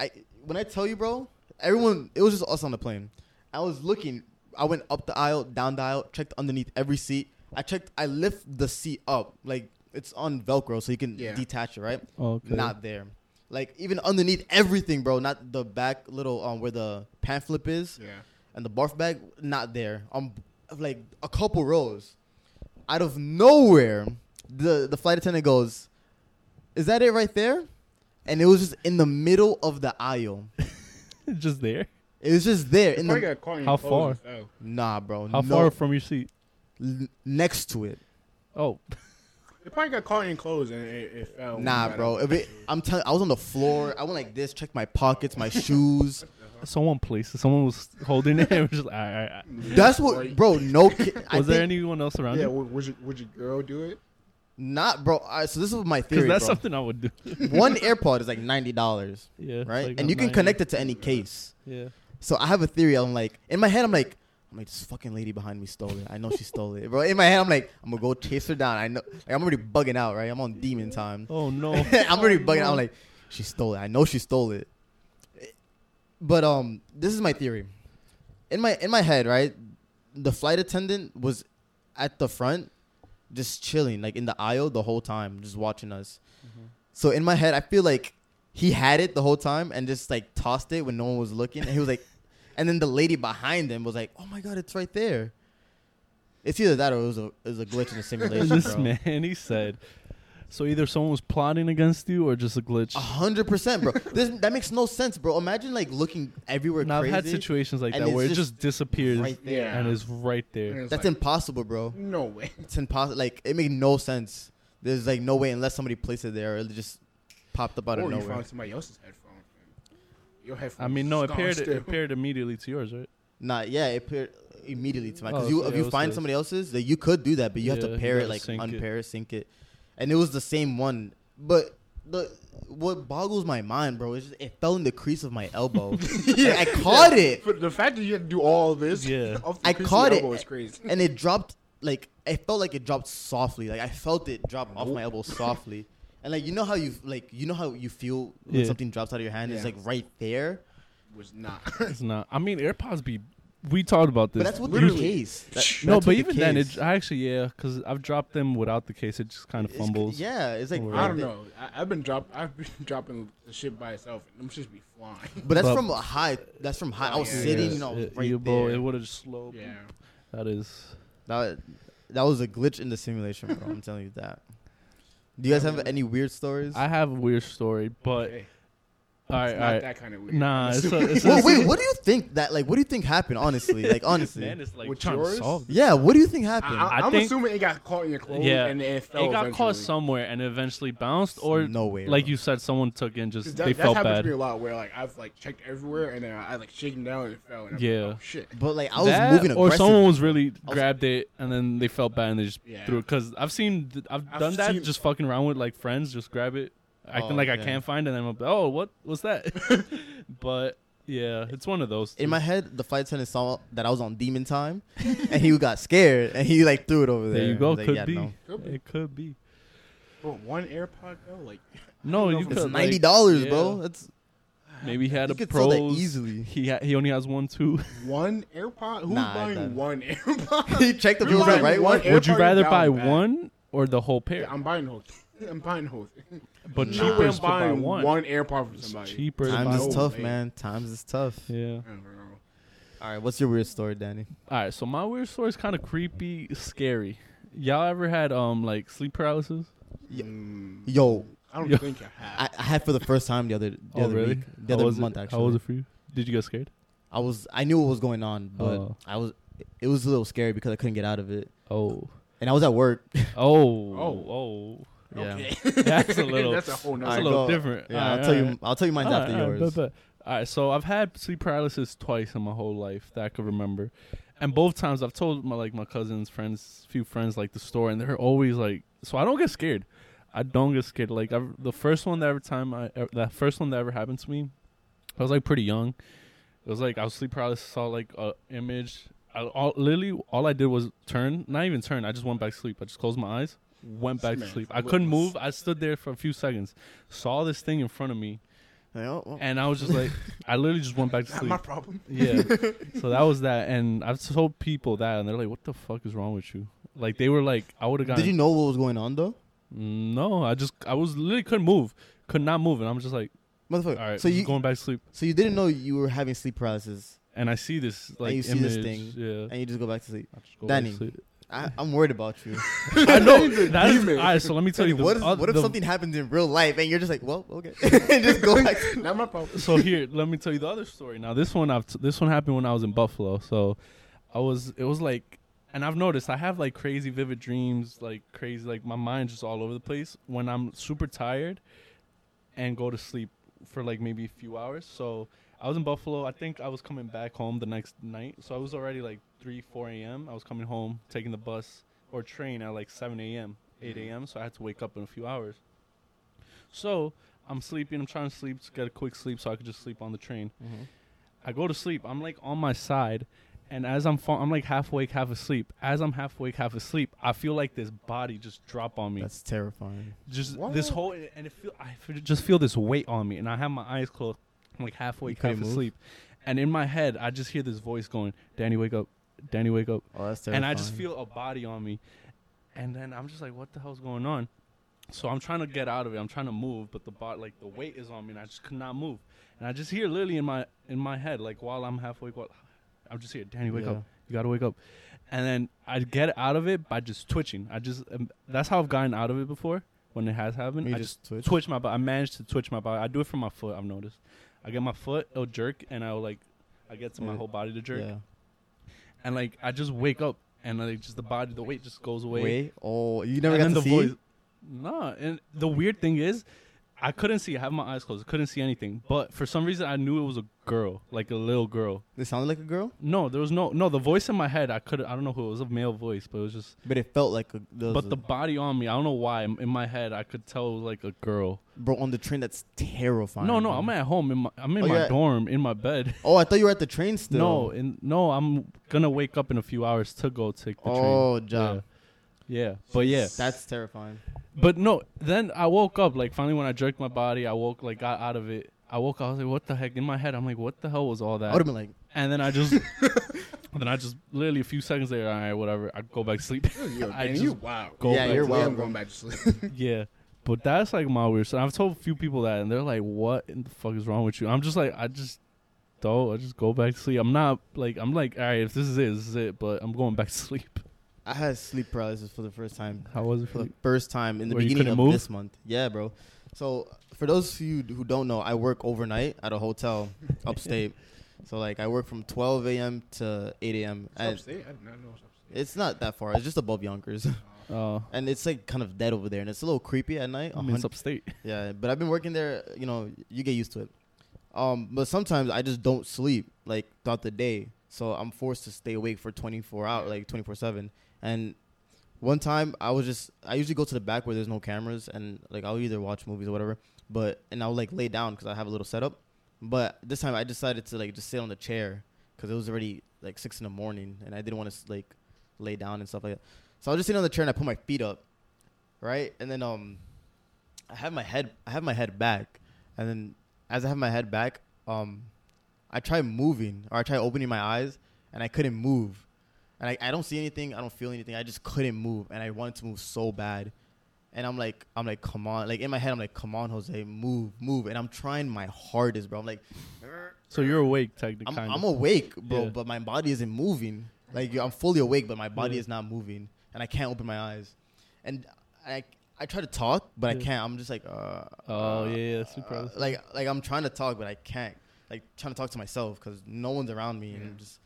A: I when I tell you, bro, everyone, it was just us on the plane. I was looking. I went up the aisle, down the aisle, checked underneath every seat. I checked. I lift the seat up, like it's on Velcro, so you can
B: Yeah.
A: detach it, right?
C: Okay.
A: Not there. Like even underneath everything, bro. Not the back little um where the pan flip is
B: Yeah.
A: and the barf bag not there. I'm like a couple rows. Out of nowhere, the the flight attendant goes, "Is that it right there?" And it was just in the middle of the aisle.
C: just there.
A: It was just there in
B: Probably
A: the
B: got caught in
C: How
B: your clothes and fell.
A: nah, bro.
C: How
A: no,
C: far from your seat?
A: L- next to it.
C: Oh,
B: It probably got caught in your clothes and it, it fell. when you
A: Nah,
B: got
A: bro.
B: up.
A: If it, I'm telling, I was on the floor. I went like this, checked my pockets, my shoes.
C: someone placed. it. Someone was holding it. and was just, all right, all right, all right.
A: That's what,
B: Right.
A: bro. No, ki- I
C: Was there
A: think-
C: anyone else around?
B: Yeah,
C: you?
B: would, would, your, would your girl do it?
A: Not, bro. All right, so this is my
C: Because
A: theory,
C: that's
A: bro.
C: something I would do.
A: One AirPod is like ninety dollars.
C: Yeah. it's
A: right?
C: like
A: and you can
C: nine-
A: connect it to any case.
C: Yeah.
A: So I have a theory. I'm like, in my head, I'm like, I'm like, this fucking lady behind me stole it. I know she stole it, bro. In my head, I'm like, I'm gonna go chase her down. I know, like, I'm already bugging out, right? I'm on demon time.
C: Oh no.
A: I'm already bugging out. I'm like, she stole it. I know she stole it. But um, this is my theory. In my in my head, right, the flight attendant was at the front, just chilling, like in the aisle the whole time, just watching us. So in my head, I feel like he had it the whole time and just like tossed it when no one was looking. And he was like, and then the lady behind him was like, "Oh my god, it's right there." It's either that or it was a, it was a glitch in the simulation.
C: this
A: bro.
C: man, he said. So either someone was plotting against you or just a glitch.
A: A hundred percent, bro. This that makes no sense, bro. Imagine like looking everywhere
C: Now, I've
A: crazy.
C: had situations like
A: and
C: that
A: it's
C: where it
A: just
C: just disappears
A: right there.
B: Yeah.
C: and is right
B: And
C: there.
B: it's
A: That's
B: like,
A: impossible, bro.
B: No way.
A: It's impossible. Like it made no sense. There's like no way unless somebody placed it there. Or it just popped up out
B: Or
A: of
B: you
A: nowhere.
B: found somebody else's headphone. man. Your headphone.
C: I mean, no,
B: is
C: it
B: gone
C: paired
B: still.
C: it paired immediately to yours, right?
A: Nah, yeah, it paired immediately to mine. Because
C: Oh,
A: you,
C: so
A: if
C: yeah, it
A: you
C: was
A: find
C: his.
A: somebody else's, that you could do that, but you have
C: Yeah,
A: to
C: you
A: pair it,
C: gotta
A: like
C: sync it.
A: unpair, it. sync it, and it was the same one. But the what boggles my mind, bro, is just it fell in the crease of my elbow. yeah, I caught it.
B: But the fact that you had to do all this,
C: Yeah.
B: off the
A: I
B: crease of
A: caught
B: your
A: it,
B: elbow is crazy.
A: and it dropped like it felt like it dropped softly. Like I felt it drop off my elbow softly, and like you know how you like you know how you feel when
C: Yeah.
A: something drops out of your hand. It's
B: Yeah.
A: like right there,
B: was not.
C: It's not. I mean, AirPods be. We talked about this.
A: but that's with
C: You-
A: the case. That- that's
C: No,
A: with
C: but
A: the
C: even then,
A: case.
C: it I actually yeah, because I've dropped them without the case. It just kind of
A: It's-
C: fumbles.
A: yeah, it's like
C: Or-
B: I
A: right
B: don't
A: there.
B: know. I, I've been drop. I've been dropping the shit by itself, and them shits be flying.
A: But that's
C: But-
A: from a high. That's from high. I was
B: Yeah,
A: sitting,
B: yeah.
A: you know,
C: it,
A: right
C: you blow-
A: there.
C: it would have just slowed.
B: Yeah.
C: That is.
A: That, that was a glitch in the simulation, bro. I'm telling you that. Do you guys have any weird stories?
C: I have a weird story, but
B: Okay.
C: all right,
B: it's
C: all
B: not
C: right.
B: that kind of weird.
C: Nah, it's a, it's a,
A: well, wait, what do you think that like? What do you think happened? Honestly, like honestly,
C: man, it's like
B: With
C: trying
B: yours?
C: to solve.
A: yeah. What do you think happened?
B: I,
C: I
B: am
C: think-
B: assuming it got caught in your clothes
C: Yeah,
B: and it fell.
C: it got caught
B: eventually.
C: somewhere and eventually bounced, or
A: no way,
C: like
A: bro.
C: you said, someone took it and
B: 'Cause
C: just
B: That,
C: they
B: that's
C: felt
B: happened to me
C: bad.
B: a lot. Where like I've like checked everywhere and then I, I like shaken down and it fell. And I'm
C: Yeah.
B: Like, oh, shit.
A: But like I was
C: That,
A: moving
C: or
A: aggressive.
C: someone was really grabbed it and then they felt bad and they just
B: Yeah.
C: threw it. Because I've seen, th- I've,
B: I've
C: done that
B: seen-
C: just fucking around with like friends, just grab it, acting
A: Oh,
C: like I
A: okay.
C: can't find it, and I'm like, oh, what, what's that? but yeah, it's one of those.
A: in my head, the flight attendant saw that I was on demon time, and he got scared, and he like threw it over there.
C: there you go.
A: Like,
C: could,
A: yeah,
C: be.
A: no.
B: Could be.
C: It could be.
B: But one AirPod though, like
C: No,
B: know
C: you
B: if
C: could
A: It's
C: like-
A: ninety dollars,
C: yeah.
A: bro. That's
C: Maybe he had
A: you
C: a
A: could sell that
C: pros.
A: easily.
C: He ha- he only has one too.
B: one AirPod. Who's
A: Nah, I bet.
B: buying one AirPod?
A: he checked if it
B: You're
A: was the
B: buying
A: right one.
B: one-
C: Would you
B: AirPod
C: rather
B: down
C: buy
B: bad.
C: one or the whole pair?
B: Yeah, I'm buying the whole. Thing. I'm buying the whole thing.
C: but
A: Nah.
C: cheaper
B: No way I'm
C: is to buy
B: buying
C: one.
B: one, AirPod from
C: It's
B: somebody.
C: cheaper to buy
A: Times
B: No
A: is tough,
B: way.
A: man. Times is tough.
C: Yeah.
B: I don't know.
A: All right, what's your weird story, Danny?
C: All right. So my weird story is kind of creepy, scary. Y'all ever had um like sleep paralysis?
A: Yeah.
B: Mm,
A: Yo,
B: I don't
C: Yo.
B: think I have.
A: I, I had for the first time the other the
C: oh
A: other
C: really?
A: week, the
C: How
A: other
C: was
A: month
C: it?
A: actually.
C: How was it for you? Did you get scared?
A: I was I knew what was going on, but
C: Oh.
A: I was it was a little scary because I couldn't get out of it,
C: Oh.
A: and I was at work.
C: Oh. Oh. Yeah.
B: Okay.
C: That's a little.
B: That's a whole
C: that's
B: nother-
C: a little
A: Alright, go.
C: different.
A: Yeah,
C: All
A: I'll
C: right,
A: tell
C: all
A: you.
C: right.
A: I'll tell you mine's
C: All
A: after
C: right, all right,
A: yours.
C: bet, bet. All right, so I've had sleep paralysis twice in my whole life that I could remember, and both times I've told my like my cousins, friends, few friends like the story, and they're always like, so I don't get scared. I don't get scared. Like i the first one that ever time I ever, that first one that ever happened to me, I was like pretty young. It was like I was sleep paralysis, saw like a image. I, all, literally, all I did was turn, not even turn. I just went back to sleep. I just closed my eyes, went back to
B: Man,
C: sleep. I
B: what
C: couldn't
B: was-
C: move. I stood there for a few seconds, saw this thing in front of me,
A: Like, oh, well,
C: and I was just like, I literally just went back to
B: Not
C: sleep.
B: my problem.
C: Yeah. so that was that, and I've told people that, and they're like, "What the fuck is wrong with you?" Like they were like, "I would have gotten."
A: Did you know what was going on though,
C: No, I just I was literally couldn't move, could not move, and I'm just like, "All
A: motherfucker?
C: right,
A: so you
C: going back to sleep."
A: so you didn't know you were having sleep paralysis,
C: And I see this like
A: you see
C: image,
A: this thing,
C: yeah.
A: and you just go back to sleep.
C: I just go
A: Danny.
C: back to sleep.
A: I, I'm worried about you.
C: I know that is. All right, so let me tell you. The,
A: what, is,
C: oth-
A: what if
C: the-
A: something happens in real life and you're just like, well, okay, and just go back? to-
B: Not my problem.
C: so here, let me tell you the other story. Now this one, I've t- this one happened when I was in Buffalo. So I was, it was like, and I've noticed I have like crazy vivid dreams, like crazy, like my mind's just all over the place when I'm super tired, and go to sleep for like maybe a few hours. So I was in Buffalo. I think I was coming back home the next night. So I was already like three, four a.m. I was coming home, taking the bus or train at like seven a.m., eight a.m. So I had to wake up in a few hours. So I'm sleeping. I'm trying to sleep to get a quick sleep so I could just sleep on the train.
A: Mm-hmm.
C: I go to sleep. I'm like on my side, and as I'm fa- I'm like half awake, half asleep. As I'm half awake, half asleep, I feel like this body just drop on me.
A: That's terrifying.
C: just
B: What?
C: this whole and it feel I f- just feel this weight on me, and I have my eyes closed. I'm like half awake, half
A: couldn't move?
C: asleep, and in my head I just hear this voice going, "Danny, wake up! Danny, wake up!"
A: Oh, that's terrifying.
C: and I just feel a body on me, and then I'm just like, what the hell's going on? So I'm trying to get out of it. I'm trying to move, but the bot like the weight is on me, and I just could not move. And I just hear literally in my in my head, like while I'm halfway, while, I'm just here, Danny, wake
A: Yeah.
C: up! You gotta wake up. And then I get out of it by just twitching. I just um, that's how I've gotten out of it before when it has happened.
A: You
C: I
A: just
C: just
A: twitch?
C: twitch. my body. I managed to twitch my body. I do it from my foot. I've noticed. I get my foot, it'll jerk, and I'll like I get to my
A: Yeah.
C: whole body to jerk
A: Yeah.
C: and like I just wake up and like just the body, the weight just goes away.
A: Wait. Oh, you never
C: and
A: got to
C: then
A: see.
C: the voice. No, and the weird thing is, I couldn't see. I have my eyes closed. I couldn't see anything. But for some reason, I knew it was a girl, like a little girl.
A: It sounded like a girl,
C: No, there was no no. The voice in my head, I could. I don't know who it was. A male voice, but it was just.
A: but it felt like a. there was
C: But
A: a-
C: the body on me, I don't know why. In my head, I could tell it was like a girl.
A: bro on the train that's terrifying.
C: No, no,
A: bro.
C: I'm at home. In my, I'm in
A: Oh,
C: my
A: you're at-
C: dorm, in my bed.
A: Oh, I thought you were at the train still.
C: No, and no, I'm gonna wake up in a few hours to go take the train.
A: Oh, job.
C: Yeah. yeah, but yeah,
A: That's terrifying.
C: But no, then I woke up like finally when I jerked my body, I woke like got out of it. I woke up, I was like, what the heck? In my head, I'm like, what the hell was all
A: I
C: that?
A: would have been like,
C: And then I just, then I just literally a few seconds later, all right, whatever. I go back to sleep.
B: Yo,
C: I
B: Danny,
C: just
B: you wild.
C: go
A: Yeah,
C: back.
A: you're
B: to sleep.
A: wild,
B: I'm
A: bro.
B: going back to sleep.
C: yeah, but that's like my weird. So I've told a few people that, and they're like, what in the fuck is wrong with you? I'm just like, I just don't. I just go back to sleep. I'm not like, I'm like, all right, if this is it, this is it. But I'm going back to sleep. Uh,
A: I had sleep paralysis for the first time.
C: How was it
A: For
C: for
A: the
C: you?
A: first time in the
C: Where you
A: beginning
C: couldn't
A: of
C: move?
A: this month. Yeah, bro. So for those of you who don't know, I work overnight at a hotel upstate. So like I work from 12 a.m. to 8 a.m.
B: It's
A: And
B: upstate? I did not know it's upstate.
A: it's not that far. It's just above Yonkers,
C: Uh,
A: and it's like kind of dead over there, and it's a little creepy at night.
C: I mean,
A: 100
C: it's upstate.
A: Yeah, but I've been working there. You know, you get used to it. Um, but sometimes I just don't sleep like throughout the day, so I'm forced to stay awake for 24 hour, like 24 seven. And one time I was just I usually go to the back where there's no cameras, and like I'll either watch movies or whatever. But and I'll like lay down because I have a little setup. But this time I decided to like just sit on the chair because it was already like six in the morning, and I didn't want to like lay down and stuff like that. So I was just sitting on the chair and I put my feet up, right, and then um. I have my head I have my head back and then as I have my head back, um I try moving or I try opening my eyes and I couldn't move. And I, I don't see anything, I don't feel anything. I just couldn't move and I wanted to move so bad. And I'm like I'm like come on like in my head I'm like come on Jose move move and I'm trying my hardest bro. I'm like
C: So you're awake, technically.
A: I'm,
C: kind of.
A: I'm awake, bro,
C: Yeah.
A: but my body isn't moving. Like I'm fully awake, but my body
C: Yeah.
A: is not moving, and I can't open my eyes. And I I try to talk, but I
C: Yeah.
A: can't. I'm just like, uh,
C: Oh,
A: uh,
C: yeah, yeah, sleep paralysis.
A: like like I'm trying to talk, but I can't. Like trying to talk to myself because no one's around me, and
B: Yeah.
A: I'm just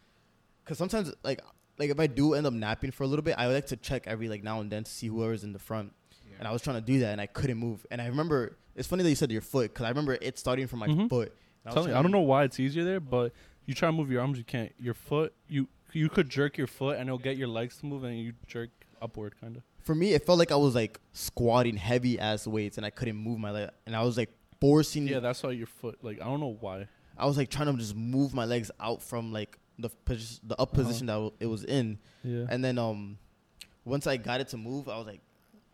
A: because sometimes like like if I do end up napping for a little bit, I like to check every like now and then to see whoever's in the front. And I was trying to do that, and I couldn't move. And I remember it's funny that you said your foot because I remember it starting from my
C: Mhm.
A: foot. And
C: I'm telling you, I don't know why it's easier there, but you try to move your arms, you can't. Your foot, you you could jerk your foot and it'll get your legs to move, and you jerk upward, kind of.
A: For me, it felt like I was like squatting heavy ass weights and I couldn't move my leg, and I was like forcing.
C: Yeah, that's why your foot. Like I don't know why.
A: I was like trying to just move my legs out from like the posi- the up position that it was in,
C: Uh-huh. Yeah.
A: and then um, once I got it to move, I was like,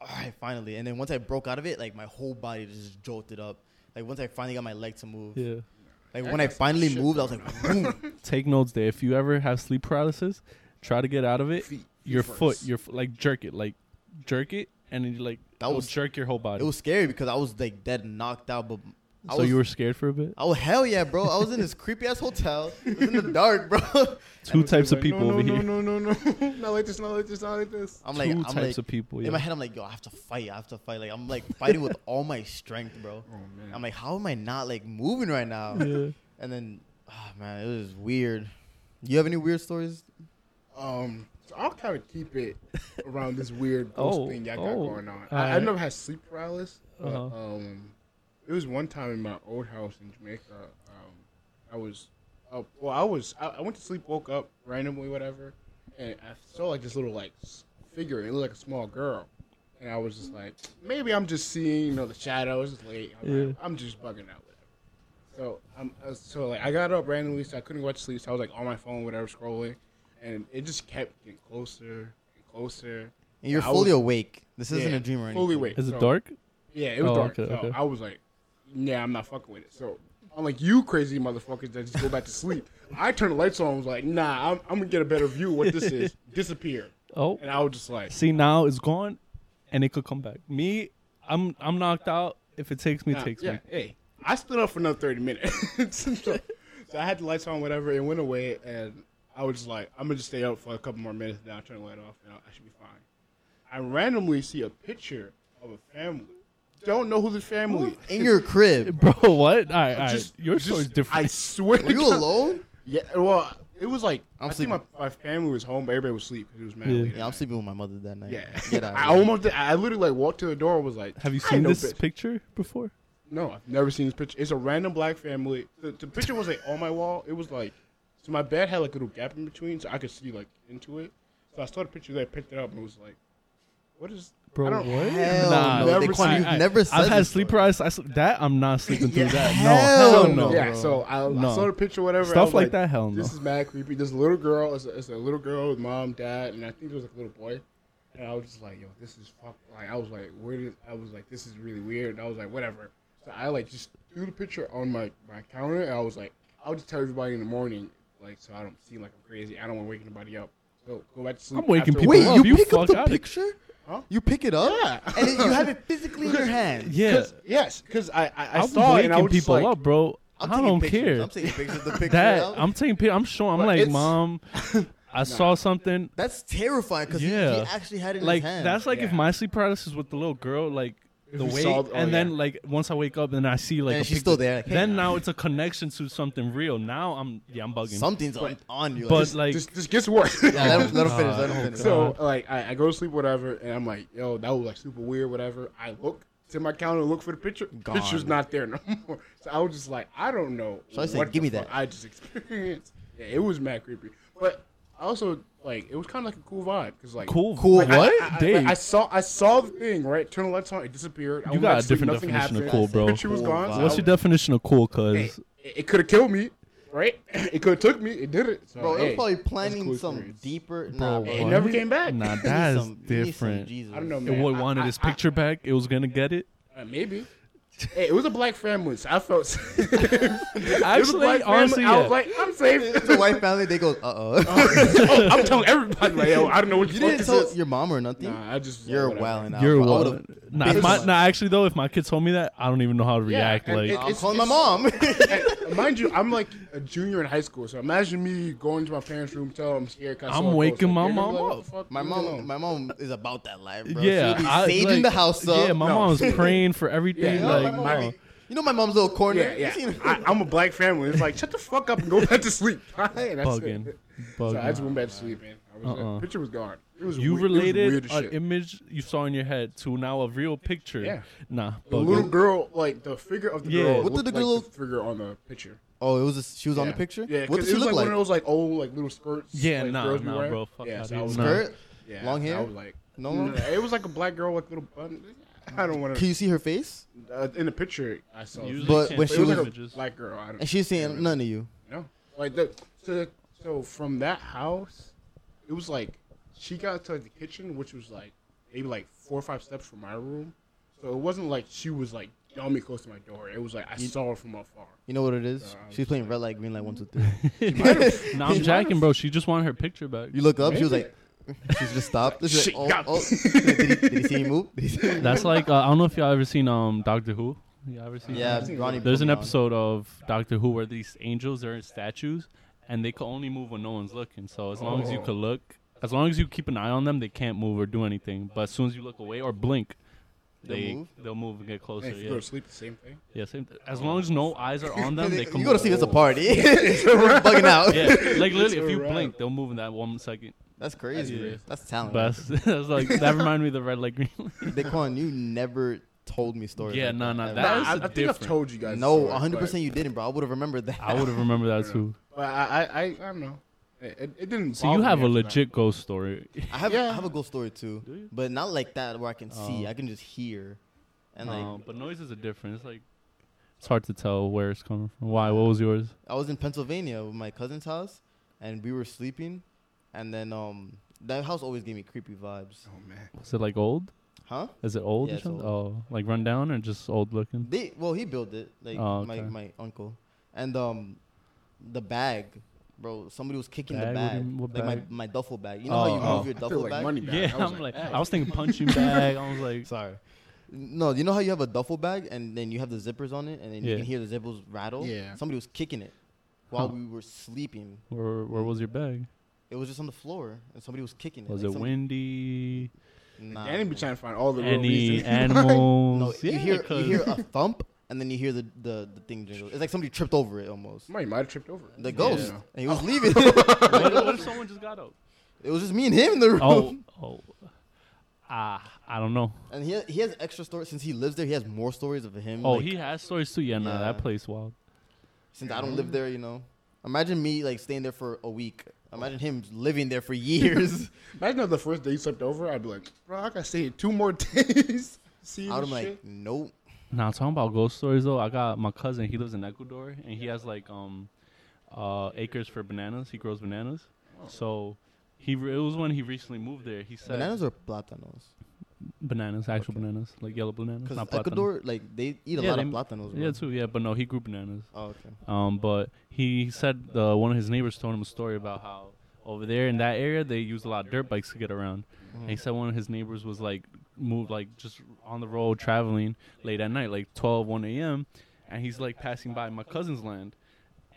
A: all right, finally. And then once I broke out of it, like my whole body just jolted up. Like once I finally got my leg to move,
C: yeah.
A: like
B: I
A: when I
B: got some
A: finally
B: shit
A: moved, I was
B: going
A: like, boom.
C: Take notes there. If you ever have sleep paralysis, try to get out of it.
B: Feet
C: Your
B: first.
C: foot, your f- like jerk it, like jerk it, and then you like
A: That
C: that will
A: was-
C: jerk your whole body.
A: it was scary because I was like dead knocked out, but I
C: so
A: was,
C: you were scared for a bit.
A: Oh hell yeah, bro! I was in this creepy ass hotel. It was in the dark, bro.
C: Two
B: And
C: types of
B: everybody's
C: people
B: like,
C: over
B: no,
C: here.
B: No, no, no, no, no. not like this. Not like this. Not like this.
A: I'm like,
C: Two
A: I'm
C: types
A: like,
C: of people. Yeah.
A: in my head, I'm like, yo, I have to fight. I have to fight. Like I'm like fighting with all my strength, bro.
B: Oh man.
A: I'm like, how am I not like moving right now?
C: yeah.
A: And then, oh man, it was weird. You have any weird stories?
B: Um, so I'll kind of keep it around this weird ghost
C: Oh,
B: thing y'all got
C: oh,
B: going on. I, I
C: alright.
B: never had sleep paralysis. But,
C: Uh-huh.
B: Um, it was one time in my old house in Jamaica. Um, I was up. Uh, Well, I was. I, I went to sleep, woke up randomly, whatever, and I saw like this little like s- figure. It looked like a small girl, and I was just like, maybe I'm just seeing, you know, the shadows. It's late. I'm, like,
C: Yeah.
B: I'm just bugging out. whatever. So um, uh, so like I got up randomly, so I couldn't go to sleep. So I was like on my phone, whatever, scrolling, and it just kept getting closer and closer.
A: And you're
B: I
A: fully
B: was-
A: awake. This isn't
B: Yeah,
A: a dream or anything.
B: fully awake.
C: Is it
B: So-
C: dark?
B: Yeah, it was
C: Oh,
B: dark.
C: okay,
B: so
C: okay.
B: I was like, yeah, I'm not fucking with it. So I'm like, you crazy motherfuckers that just go back to sleep. I turned the lights on. and was like, nah, I'm, I'm gonna get a better view of what this is. Disappear.
C: Oh,
B: And I was just like,
C: see now it's gone, and it could come back. Me, I'm I'm knocked out. If it takes me, it
B: nah,
C: takes
B: yeah,
C: me.
B: hey, I stood up for another 30 minutes. so, so I had the lights on, whatever. It went away, and I was just like, I'm gonna just stay up for a couple more minutes. Then I'll turn the light off, and I I should be fine. I randomly see a picture of a family. Don't know who the family. is.
A: In your crib.
C: Bro, what? All right, all right.
B: Just-
C: Your
B: just-
C: story's different.
B: I
A: Were
B: swear. to
A: you
B: God.
A: alone?
B: Yeah, well, it was like i
A: I'm
B: think my, my family was home, but everybody was asleep because it was mad.
C: Yeah.
B: late at
A: Yeah, I'm
B: night.
A: sleeping with my mother that night.
B: Yeah,
A: Get out of
B: I
A: here.
B: almost did. I literally like walked to the door. and Was like,
C: Have you
B: I
C: seen
B: know
C: this
B: bitch.
C: picture before?
B: No, I've never seen this picture. It's a random black family. The, the picture was like on my wall. It was like so my bed had like a little gap in between, so I could see like into it. So I saw the picture there, picked it up, and was like, "What is?" I
C: Bro,
B: don't-
C: what?
A: Hell
B: no. Never
C: Daquan,
B: seen-
C: I-
A: you've
C: I-
A: never said
C: I've had
A: this
C: sleep
A: before.
C: paralysis. I sl- that I'm not sleeping through
A: Yeah,
C: that. No,
A: hell
C: hell
A: no.
C: no.
B: yeah,
A: bro.
B: so I,
C: No.
B: I saw the picture, whatever. I
C: Stuff
B: was
C: like that, hell no.
B: This is mad creepy. This little girl, it's a, it's a little girl with mom, dad, and I think there was like a little boy. And I was just like, yo, this is fuck. Like, I was like, where did, I was like, this is really weird. And I was like, whatever. So I like just threw the picture on my, my counter, and I was like, I'll just tell everybody in the morning, like, so I don't seem like I'm crazy. I don't want to wake anybody up. Go, go back to sleep.
C: I'm waking
B: after work.
C: people
A: Wait,
C: Bro,
A: you
C: you
A: pick up
C: fuck
A: the
C: outta-
A: picture?
B: Huh?
A: You pick it up?
B: Yeah.
A: And it, you have it physically in your hand.
C: yeah,
B: 'Cause- Yes, because I, I, I
C: I'm
B: saw it
C: waking
B: and I was just
C: people
B: like,
C: up, bro.
A: I'm
C: I
A: taking
C: don't
A: pictures.
C: care.
A: I'm taking pictures of the picture.
C: that
A: out.
C: I'm taking. pi- I'm showing. I'm
B: But
C: like,
B: it's-
C: mom, I saw something.
A: That's terrifying because he,
C: Yeah.
A: actually had it in
C: Like
A: his hand.
C: that's like if
B: Yeah.
C: my sleep paralysis with the little girl, like the
B: you
C: wake,
B: saw- oh,
C: and then
B: yeah.
C: like once I wake up and I see like
A: And
C: a
A: she's
C: picture-
A: still there, like, hey,
C: then
A: now.
C: now it's a connection to something real. Now I'm yeah, I'm bugging.
A: something's on, on you.
C: but like
B: this, this gets worse.
A: yeah, let him, let him
C: Oh,
A: finish. Let him
C: God.
A: finish.
B: So like I, I go to sleep, whatever, and I'm like, yo, that was like super weird, whatever. I look to my counter, look for the picture.
A: Gone.
B: Picture's not there no more. So I was just like, I don't know.
A: So I said,
B: what the
A: "Give me
B: fuck
A: that."
B: I just experienced. Yeah, it was mad creepy, but also like it was kind of like a cool vibe because like
C: cool,
A: Cool,
C: What?
A: I-
B: I- I, I-
C: Dave,
B: I saw I saw the thing right. Turn the lights on. It disappeared. I
C: You
B: went
C: got
B: back
C: a
B: to sleep,
C: different
B: nothing
C: definition of
B: happened.
C: cool, bro.
B: Picture was
A: Cool
B: gone.
A: vibe.
B: so
C: what's
B: I-
C: your definition of cool?
B: hey,
C: Cause
B: it, it could have killed me, right? It could have took me. It did it. So,
A: bro, it
B: hey,
A: was probably
B: that's a
A: planning
B: cool
A: some
B: experience.
A: deeper.
C: Bro,
A: nah,
C: what?
A: bro.
B: It
A: You
B: never came back.
C: nah,
A: need
C: that is
A: some- you need some
C: different. It
A: Jesus.
B: I don't know, man.
C: wa-
B: I-
C: wanted
B: I-
C: his
B: I-
C: picture back. It was gonna get it.
B: Uh, maybe. Hey, it was a black family, so I felt. safe. It was a
C: Actually,
B: black
C: honestly,
B: I
C: yeah.
B: was like, I'm safe.
A: It's a white family. They go, uh oh.
B: oh, I'm telling everybody, like, yo, I don't know what
A: You
B: you fuck
A: didn't
B: this
A: tell
B: is.
A: your mom or nothing.
B: Nah, I just. uh,
A: You're
B: whatever.
A: wilding out.
C: You're
A: bro. I
C: wild.
A: would've
C: Nah,
A: been
C: if my,
A: so-
C: nah, actually though, if my kid told me that, I don't even know how to
B: Yeah,
C: react.
B: and
C: like,
B: it-
A: I'm
B: It's-
A: calling my
B: it's-
A: mom.
B: And mind you, I'm like a junior in high school, so imagine me going to my parents' room, tell them I'm scared. 'cause I
C: I'm
B: saw a ghost.
C: waking
B: Like,
C: my
B: they're gonna be
C: mom
B: like, what
C: up.
B: the fuck?
A: my
B: Leave me alone.
A: mom, my mom is about that life, bro.
C: yeah,
A: She'll be
C: I-
A: saging
C: like-
A: the house up.
C: Yeah, my
B: No.
C: mom's praying for everything.
B: Yeah,
A: You know,
C: like,
A: my mom
C: no.
A: be- you know my mom's little corner.
B: Yeah,
A: You
B: yeah.
A: seen-
B: I, I'm a black family. It's like shut the fuck up and go back to sleep. Hey, that's it.
C: bugging,
B: So I just
C: bugging.
B: went back to sleep, man. I was,
C: Uh-uh.
B: The picture was gone. It was
C: You
B: weird, it was weird
C: related Uh,
B: as
C: an
B: shit.
C: image you saw in your head to now a real picture.
B: Yeah.
C: Nah.
B: The
C: bug
B: little
C: it.
B: girl, like the figure of the
C: Yeah.
B: girl,
C: What
A: did
B: looked
A: the
B: like
A: girl-
B: figure on the picture
A: Oh, it was. A, she was on the
B: Yeah.
A: picture.
B: Yeah,
A: what
B: 'cause
A: does
B: it
A: she
B: was
A: look
B: like,
A: like?
B: one of those like old like little skirts.
C: Yeah,
B: like,
C: nah,
B: girls
C: nah,
B: wear.
C: bro, fuck
B: yeah,
C: that,
B: so I
C: dude.
B: was
C: Nah.
B: like,
A: Skirt?
B: yeah,
A: Long
B: so
A: hair?
B: I was like,
A: No
B: no,
A: one-
B: it was like a black girl with little bun. I don't want
A: Can
B: to.
A: you see her face?
B: Uh, in the picture, I saw.
C: Usually
A: But
C: can't
A: when
C: see
A: she was-
C: images.
B: black girl. I don't
A: And she's saying none of you.
B: No. Like the so so from that house, it was like she got to like, the kitchen, which was like maybe like four or five steps from my room. So it wasn't like she was like dummy close to my door. It was like I saw her from afar.
A: You know what it is?
B: Nah, I was
A: She's playing red light, green light, one, two, three.
C: Nah, I'm jacking, bro. She just wanted her picture back.
A: You look up. She was
B: Maybe.
A: like, she's just stopped. She's
B: Shit,
A: like, oh,
B: got
A: oh. did, he, did he see me move? Did he see me move?
C: That's like uh, I don't know if y'all ever seen um Doctor Who. You ever seen?
A: Yeah,
C: that?
A: Ronnie.
C: There's
A: put
C: an
A: me on.
C: episode of Doctor Who where these angels are in statues and they can only move when no one's looking. So as long as you
B: Oh.
C: can look, as long as you keep an eye on them, they can't move or do anything. But as soon as you look away or blink,
A: They'll
C: they
A: move?
C: they'll move and get closer.
B: And if you
C: Yeah,
B: go to sleep, the same thing.
C: yeah. Same. Th- as long as no eyes are on them, they can.
A: you go to
C: move.
A: see this a party. We're bugging out.
C: Yeah, like literally, if
B: a
C: you
B: wrap.
C: blink, they'll move in that one second.
A: That's crazy.
C: crazy.
A: That's, talent.
C: But that's, that's like that reminded me of the red light, green light.
A: Daquan, you never told me stories.
C: Yeah,
A: like
C: nah, nah,
A: ever.
C: That
B: Nah,
C: is
B: I, I
C: a
B: think
C: different-
B: I've told you guys.
A: No,
B: this already,
A: 100 percent you didn't, bro. I would have remembered that.
C: I would have remembered that too.
B: But, but I, I, I, I don't know. It, it, it didn't.
C: So you
B: bother
C: have
B: me
C: a
B: after that.
C: legit ghost story.
A: I have,
B: Yeah.
A: I have a ghost story too,
C: Do you?
A: but not like that where I can see.
C: Oh.
A: I can just hear, and like
C: Um, but noises are different. It's like it's hard to tell where it's coming from. Why? What was yours?
A: I was in Pennsylvania with my cousin's house, and we were sleeping, and then um that house always gave me creepy vibes,
B: Oh man.
C: Is it like old?
A: huh?
C: Is it old?
A: Yeah,
C: or
A: it's
C: something? Oh, like run down or just old looking?
A: They well, he built it, like
C: Oh,
A: my
C: okay.
A: my uncle, and um the bag, bro. Somebody was kicking
C: Bag?
A: the
C: What do you
A: bag,
C: mean- what
A: like
C: bag?
A: my my duffel bag. You know
C: Oh,
A: how you move
C: oh.
A: your
B: I
A: duffel
B: feel like
A: bag?
B: money back.
C: Yeah,
B: I was
C: I'm like,
B: "Hey."
C: I was thinking punching bag. I was like,
A: Sorry. No, you know how you have a duffel bag and then you have the zippers on it and then
C: Yeah.
A: you can hear the zippers rattle?
B: Yeah.
A: Somebody was kicking it while
C: Huh.
A: we were sleeping.
C: where, where was your bag?
A: It was just on the floor and somebody was kicking it.
C: Was
A: Like,
C: it
A: some-
C: windy?
A: Nah,
B: Danny be
A: bro.
B: trying to find all the real
C: Any
B: reasons.
A: No,
C: animals?
A: you
C: Yeah,
A: hear you
C: 'cause-
A: hear a thump and then you hear the, the, the thing jingle. It's like somebody tripped over it almost.
B: Somebody might have tripped over. it.
A: The ghost.
B: Yeah.
A: And he was leaving.
C: what, if- what if someone just got up?
A: it was just me and him in the room.
C: Oh, oh, ah, I don't know.
A: And he he has extra stories since he lives there. He has more stories of him.
C: Oh,
A: like,
C: he has stories too. Yeah, nah, that
A: Yeah.
C: place wild.
A: since I don't live there, you know. Imagine me like staying there for a week. Imagine
C: Oh.
A: him living there for years.
B: Imagine if the first day you slept over, I'd be like, bro, I gotta stay here two more days. See
A: I'm
B: this shit.
A: like, nope.
C: Now talking about ghost stories though, I got my cousin. He lives in Ecuador, and he has like um, uh, acres for bananas. He grows bananas.
A: Oh.
C: So he re- it was when he recently moved there. He said bananas,
A: Bananas or platanos?
C: actual bananas, like yellow bananas,
A: Because
C: not plátano.
A: Ecuador, like they eat a
C: Yeah,
A: lot
C: they-
A: of platanos. Bro.
C: Yeah, too. Yeah, but no, he grew bananas.
A: Oh, okay.
C: Um, but he said uh, one of his neighbors told him a story about how over there in that area they used a lot of dirt bikes to get around. And
A: Mm.
C: he said one of his neighbors was like moved like just on the road traveling late at night, like 12, 1 a.m. And he's like passing by my cousin's land,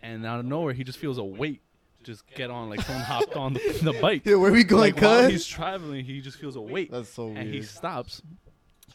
C: and out of nowhere he just feels a weight just get on like someone hopped on the, the bike.
A: Yeah, where we going,
C: Like, while he's
A: cuz?
C: traveling, he just feels a weight
A: That's so
C: and he
A: weird.
C: stops,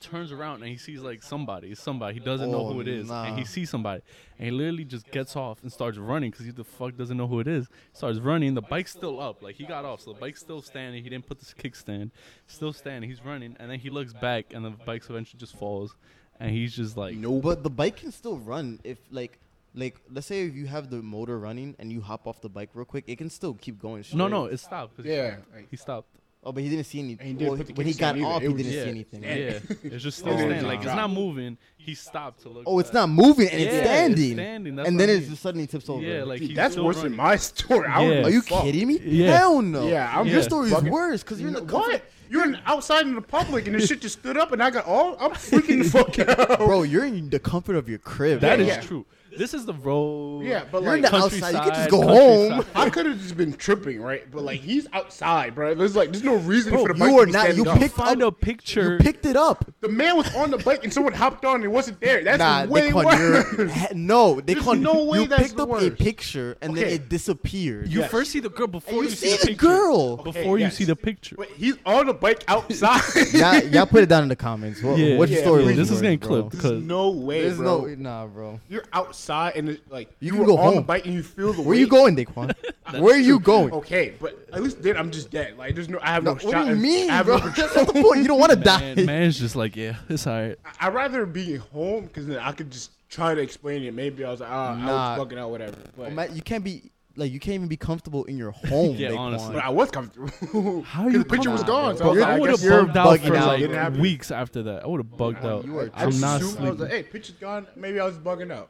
C: turns around, and he sees like somebody, it's somebody. He doesn't know
A: Oh,
C: who it is, and
A: nah.
C: he sees somebody, and he literally just gets off and starts running because he the fuck doesn't know who it is. Starts running. The bike's still up. Like he got off, so the bike's still standing. He didn't put this kickstand, still standing. He's running, and then he looks back, and the bike eventually just falls, and he's just like,
A: But the bike can still run if like. Like, let's say if you have the motor running and you hop off the bike real quick, it can still keep going. Straight.
C: no, no, it stopped. 'cause
B: Yeah. Like,
C: he stopped.
A: Oh, but he didn't see anything.
B: And he didn't
A: well,
B: put the
A: when he
B: kickstand
A: got
B: either.
A: off, he
B: It was
A: didn't
C: yeah,
A: see anything.
B: Yeah.
C: Yeah, it's just still
A: Oh,
C: standing.
A: nah.
C: Like it's not moving. He stopped to look.
A: Oh, it's
C: back.
A: not moving and it's
C: Yeah,
A: standing.
C: standing, that's
A: and
C: what
A: then
C: I
A: it
C: mean.
A: just suddenly tips over.
C: Yeah, like
B: dude,
C: he's
B: that's
C: still
B: worse
C: running.
B: than my story. I
C: Yeah.
B: would
A: Are you
B: fuck.
A: kidding me?
C: Yeah.
A: Hell no.
B: Yeah, I'm
C: Yeah.
A: Your
B: just
A: story is
B: fucking-
A: worse because you're in the comfort-
B: What? You're in, outside in the public and this shit just stood up and I got all. I'm freaking the fuck out.
A: Bro, you're in the comfort of your crib.
C: That
B: Yeah,
C: is
B: yeah.
C: true. This is the road.
B: Yeah, but
A: You're in
B: like.
A: the outside. You can just go
C: countryside.
A: home.
B: I could have just been tripping, right? But like he's outside, bro. There's like there's no reason
A: Bro,
B: for the
A: you
B: bike
A: are
B: to be
A: not-
B: standing
A: you
B: up.
A: picked-
C: Find
A: Oh,
C: a picture.
A: You picked it up.
B: the man was on the bike and someone hopped on and it wasn't there. That's
A: Nah,
B: way
A: they called
B: worse.
A: your he- no. They
B: There's
A: called
B: no way
A: you
B: that's
A: picked
B: the
A: up a
B: worst.
A: picture and
B: Okay.
A: then it disappeared.
C: you
B: Yes.
C: first see the girl before
A: you
C: you, see, the, picture.
A: girl.
C: before
A: Okay,
C: you
B: yes.
C: see the picture.
B: But he's on the bike outside.
A: y'all, y'all put it down in the comments. What,
C: Yeah.
A: what's your
C: Yeah,
A: story?
B: bro,
A: with
C: this is
A: yours,
C: getting
A: bro?
C: clipped.
B: There's no way,
A: There's
B: bro.
A: no nah, bro.
B: You're outside and it, like
A: You can go
B: were on the
A: home.
B: bike and you feel the
A: Where you
B: weight.
A: going, Daquan? Where are you going?
B: Okay, but at least then I'm just dead. Like there's no, I have Oh, no,
A: what do
B: shot.
A: you mean,
B: I have
A: bro?
B: no
A: That's
B: control.
A: not the point. You don't want to die.
C: And man's just like, yeah, it's alright.
B: I- I'd rather be home because then I could just try to explain it. Maybe I was like, ah, I
A: Nah.
B: was fucking out, whatever. But,
A: Matt, you can't be like you can't even be comfortable in your home.
C: Yeah,
A: Daquan.
C: honestly.
B: but I was comfortable.
C: How you
B: the picture was
C: comfortable?
B: gone. So I
A: Bro,
B: was
A: you're-
B: like,
C: I
B: I
C: would have
B: guess
A: you're
C: bugged out for
A: bugging out,
C: like
B: Didn't happen.
C: weeks after that. I would have bugged out.
A: you are
B: I
C: I'm
B: just
C: not
B: assumed- I was like,
C: sleeping.
B: hey, picture's gone. Maybe I was bugging out.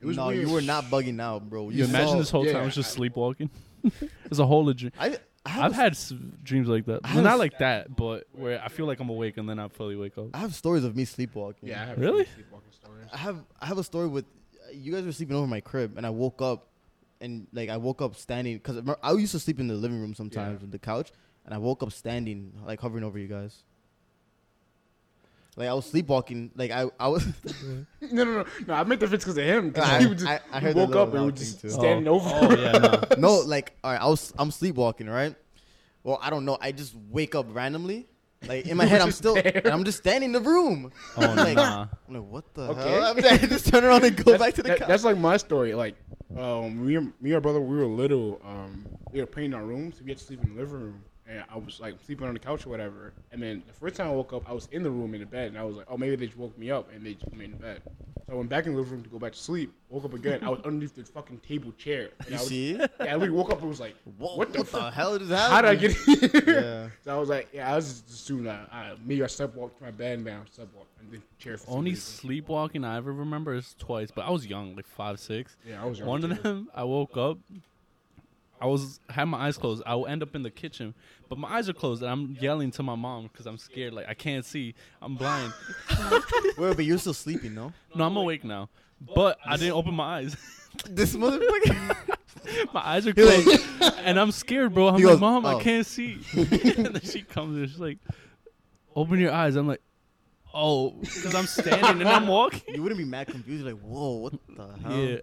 B: It was
A: no,
B: weird.
A: you were not bugging out, bro.
C: You imagine
A: saw-
C: this whole
B: yeah,
C: time I was just
B: I-
C: sleepwalking. it's a whole dream.
A: I, I have
C: I've had s- dreams like that.
A: have
C: not
A: s-
C: like that, but where I feel like I'm awake and then I fully wake up.
A: I have stories of me sleepwalking.
B: Yeah, I have
C: Really?
B: sleepwalking stories.
A: I have I have a story with you guys were sleeping over my crib and I woke up and like I woke up standing because I used to sleep in the living room sometimes
B: Yeah.
A: with the couch and I woke up standing like hovering over you guys. Like I was sleepwalking, like I I was
B: No, no, no, no. I meant the fits because of him. 'cause
A: I-
B: he would just,
A: I- I
B: he
A: heard the
B: woke
A: little
B: up and
A: loud
B: would
A: thing,
B: just
A: too.
B: standing
C: oh.
B: over.
C: Oh yeah, no.
A: no like all right I was I'm sleepwalking right. Well I don't know I just wake up randomly like in my
B: You
A: head
B: were
A: I'm
B: just
A: still
B: there.
A: and I'm just standing in the room.
C: Oh,
A: like,
C: nah.
A: I'm like what the
B: Okay.
A: hell? I just turn around and go
B: That's-
A: back to the
B: that-
A: couch.
B: That's like my story. Like, um, me, and, me and my brother, we were little. Um, we were painting our rooms. We had to sleep in the living room, and I was like sleeping on the couch or whatever. And then the first time I woke up, I was in the room in the bed, and I was like, oh, maybe they just woke me up, and they just put me in the bed. So I went back in the living room to go back to sleep. Woke up again. I was underneath the fucking table chair. And
A: you
B: I was,
A: see?
B: Yeah, I literally woke up and was like,
A: Whoa,
B: what the fuck?
A: hell is
B: How did I
A: happening?
B: get here?
A: Yeah.
B: So I was like, yeah, I was just assuming I, I maybe I sleepwalked to my bed and then I sleepwalked and then chair for some
C: Only
B: reason.
C: sleepwalking I ever remember is twice, but I was young, like five, six.
B: Yeah, I was young,
C: One
B: too.
C: of them, I woke up. I was had my eyes closed. I will end up in the kitchen, but my eyes are closed, and I'm yelling to my mom because I'm scared. Like I can't see. I'm blind.
A: Wait, but you're still sleeping, no?
C: no, I'm awake now, but I didn't open my eyes.
A: This motherfucker.
C: my eyes are
A: like-
C: closed, and I'm scared, bro. I'm
A: He
C: like,
A: goes,
C: mom,
A: "Oh."
C: I can't see. and then she comes and she's like, open your eyes. I'm like, oh, because I'm standing and I'm walking.
A: you wouldn't be mad confused, like, whoa, what the hell?
C: Yeah,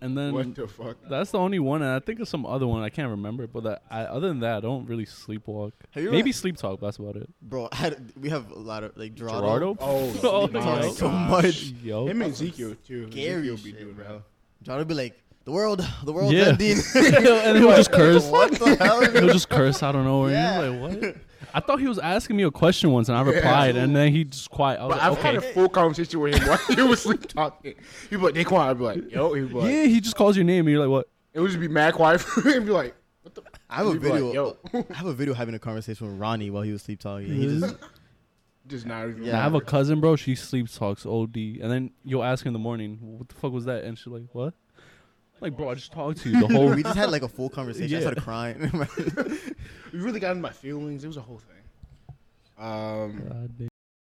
C: and then
B: What the fuck?
C: That's the only one, and I think of some other one I can't remember. But that, I, other than that, I don't really sleepwalk.
A: Have you ever-
C: Maybe sleep talk. That's about it.
A: Bro, I had, we have a lot of, like, Gerardo.
C: Gerardo.
B: Oh,
C: Oh,
B: sleep
A: Talks
C: yo.
B: talk.
A: so
B: gosh.
A: much.
C: Yo.
B: Him and Ezekiel too.
A: Scary
B: Ezekiel
A: shit,
B: doing that.
A: bro. Gerardo be like, the world, the world's
C: Yeah.
A: ending.
C: and he'll just curse.
A: what the hell?
C: He'll just curse out of nowhere.
A: Yeah.
C: And you're like, what? I thought he was asking me a question once, and I replied, and then he just quiet. I was
B: But
C: like,
B: I've
C: okay.
B: had a full conversation with him while he was sleep talking. He would be like, Daquan, I'd be like, yo, he would be like,
C: yeah, he just calls your name, and you're like, what?
B: it would just be mad quiet for him. He'd be like, what the?
A: I have a
B: He'd be like,
A: video.
B: yo,
A: I have a video having a conversation with Ronnie while he was sleep talking. He just,
B: just not even.
A: Yeah.
C: I have a cousin, bro. She sleep talks OD, and then you'll ask her in the morning, what the fuck was that? And she's like, what? Like, bro, I just talked to you the whole.
A: we just had like a full conversation. I
C: Yeah.
A: started crying.
B: You really got in my feelings. It was a whole thing. Um,
C: God damn.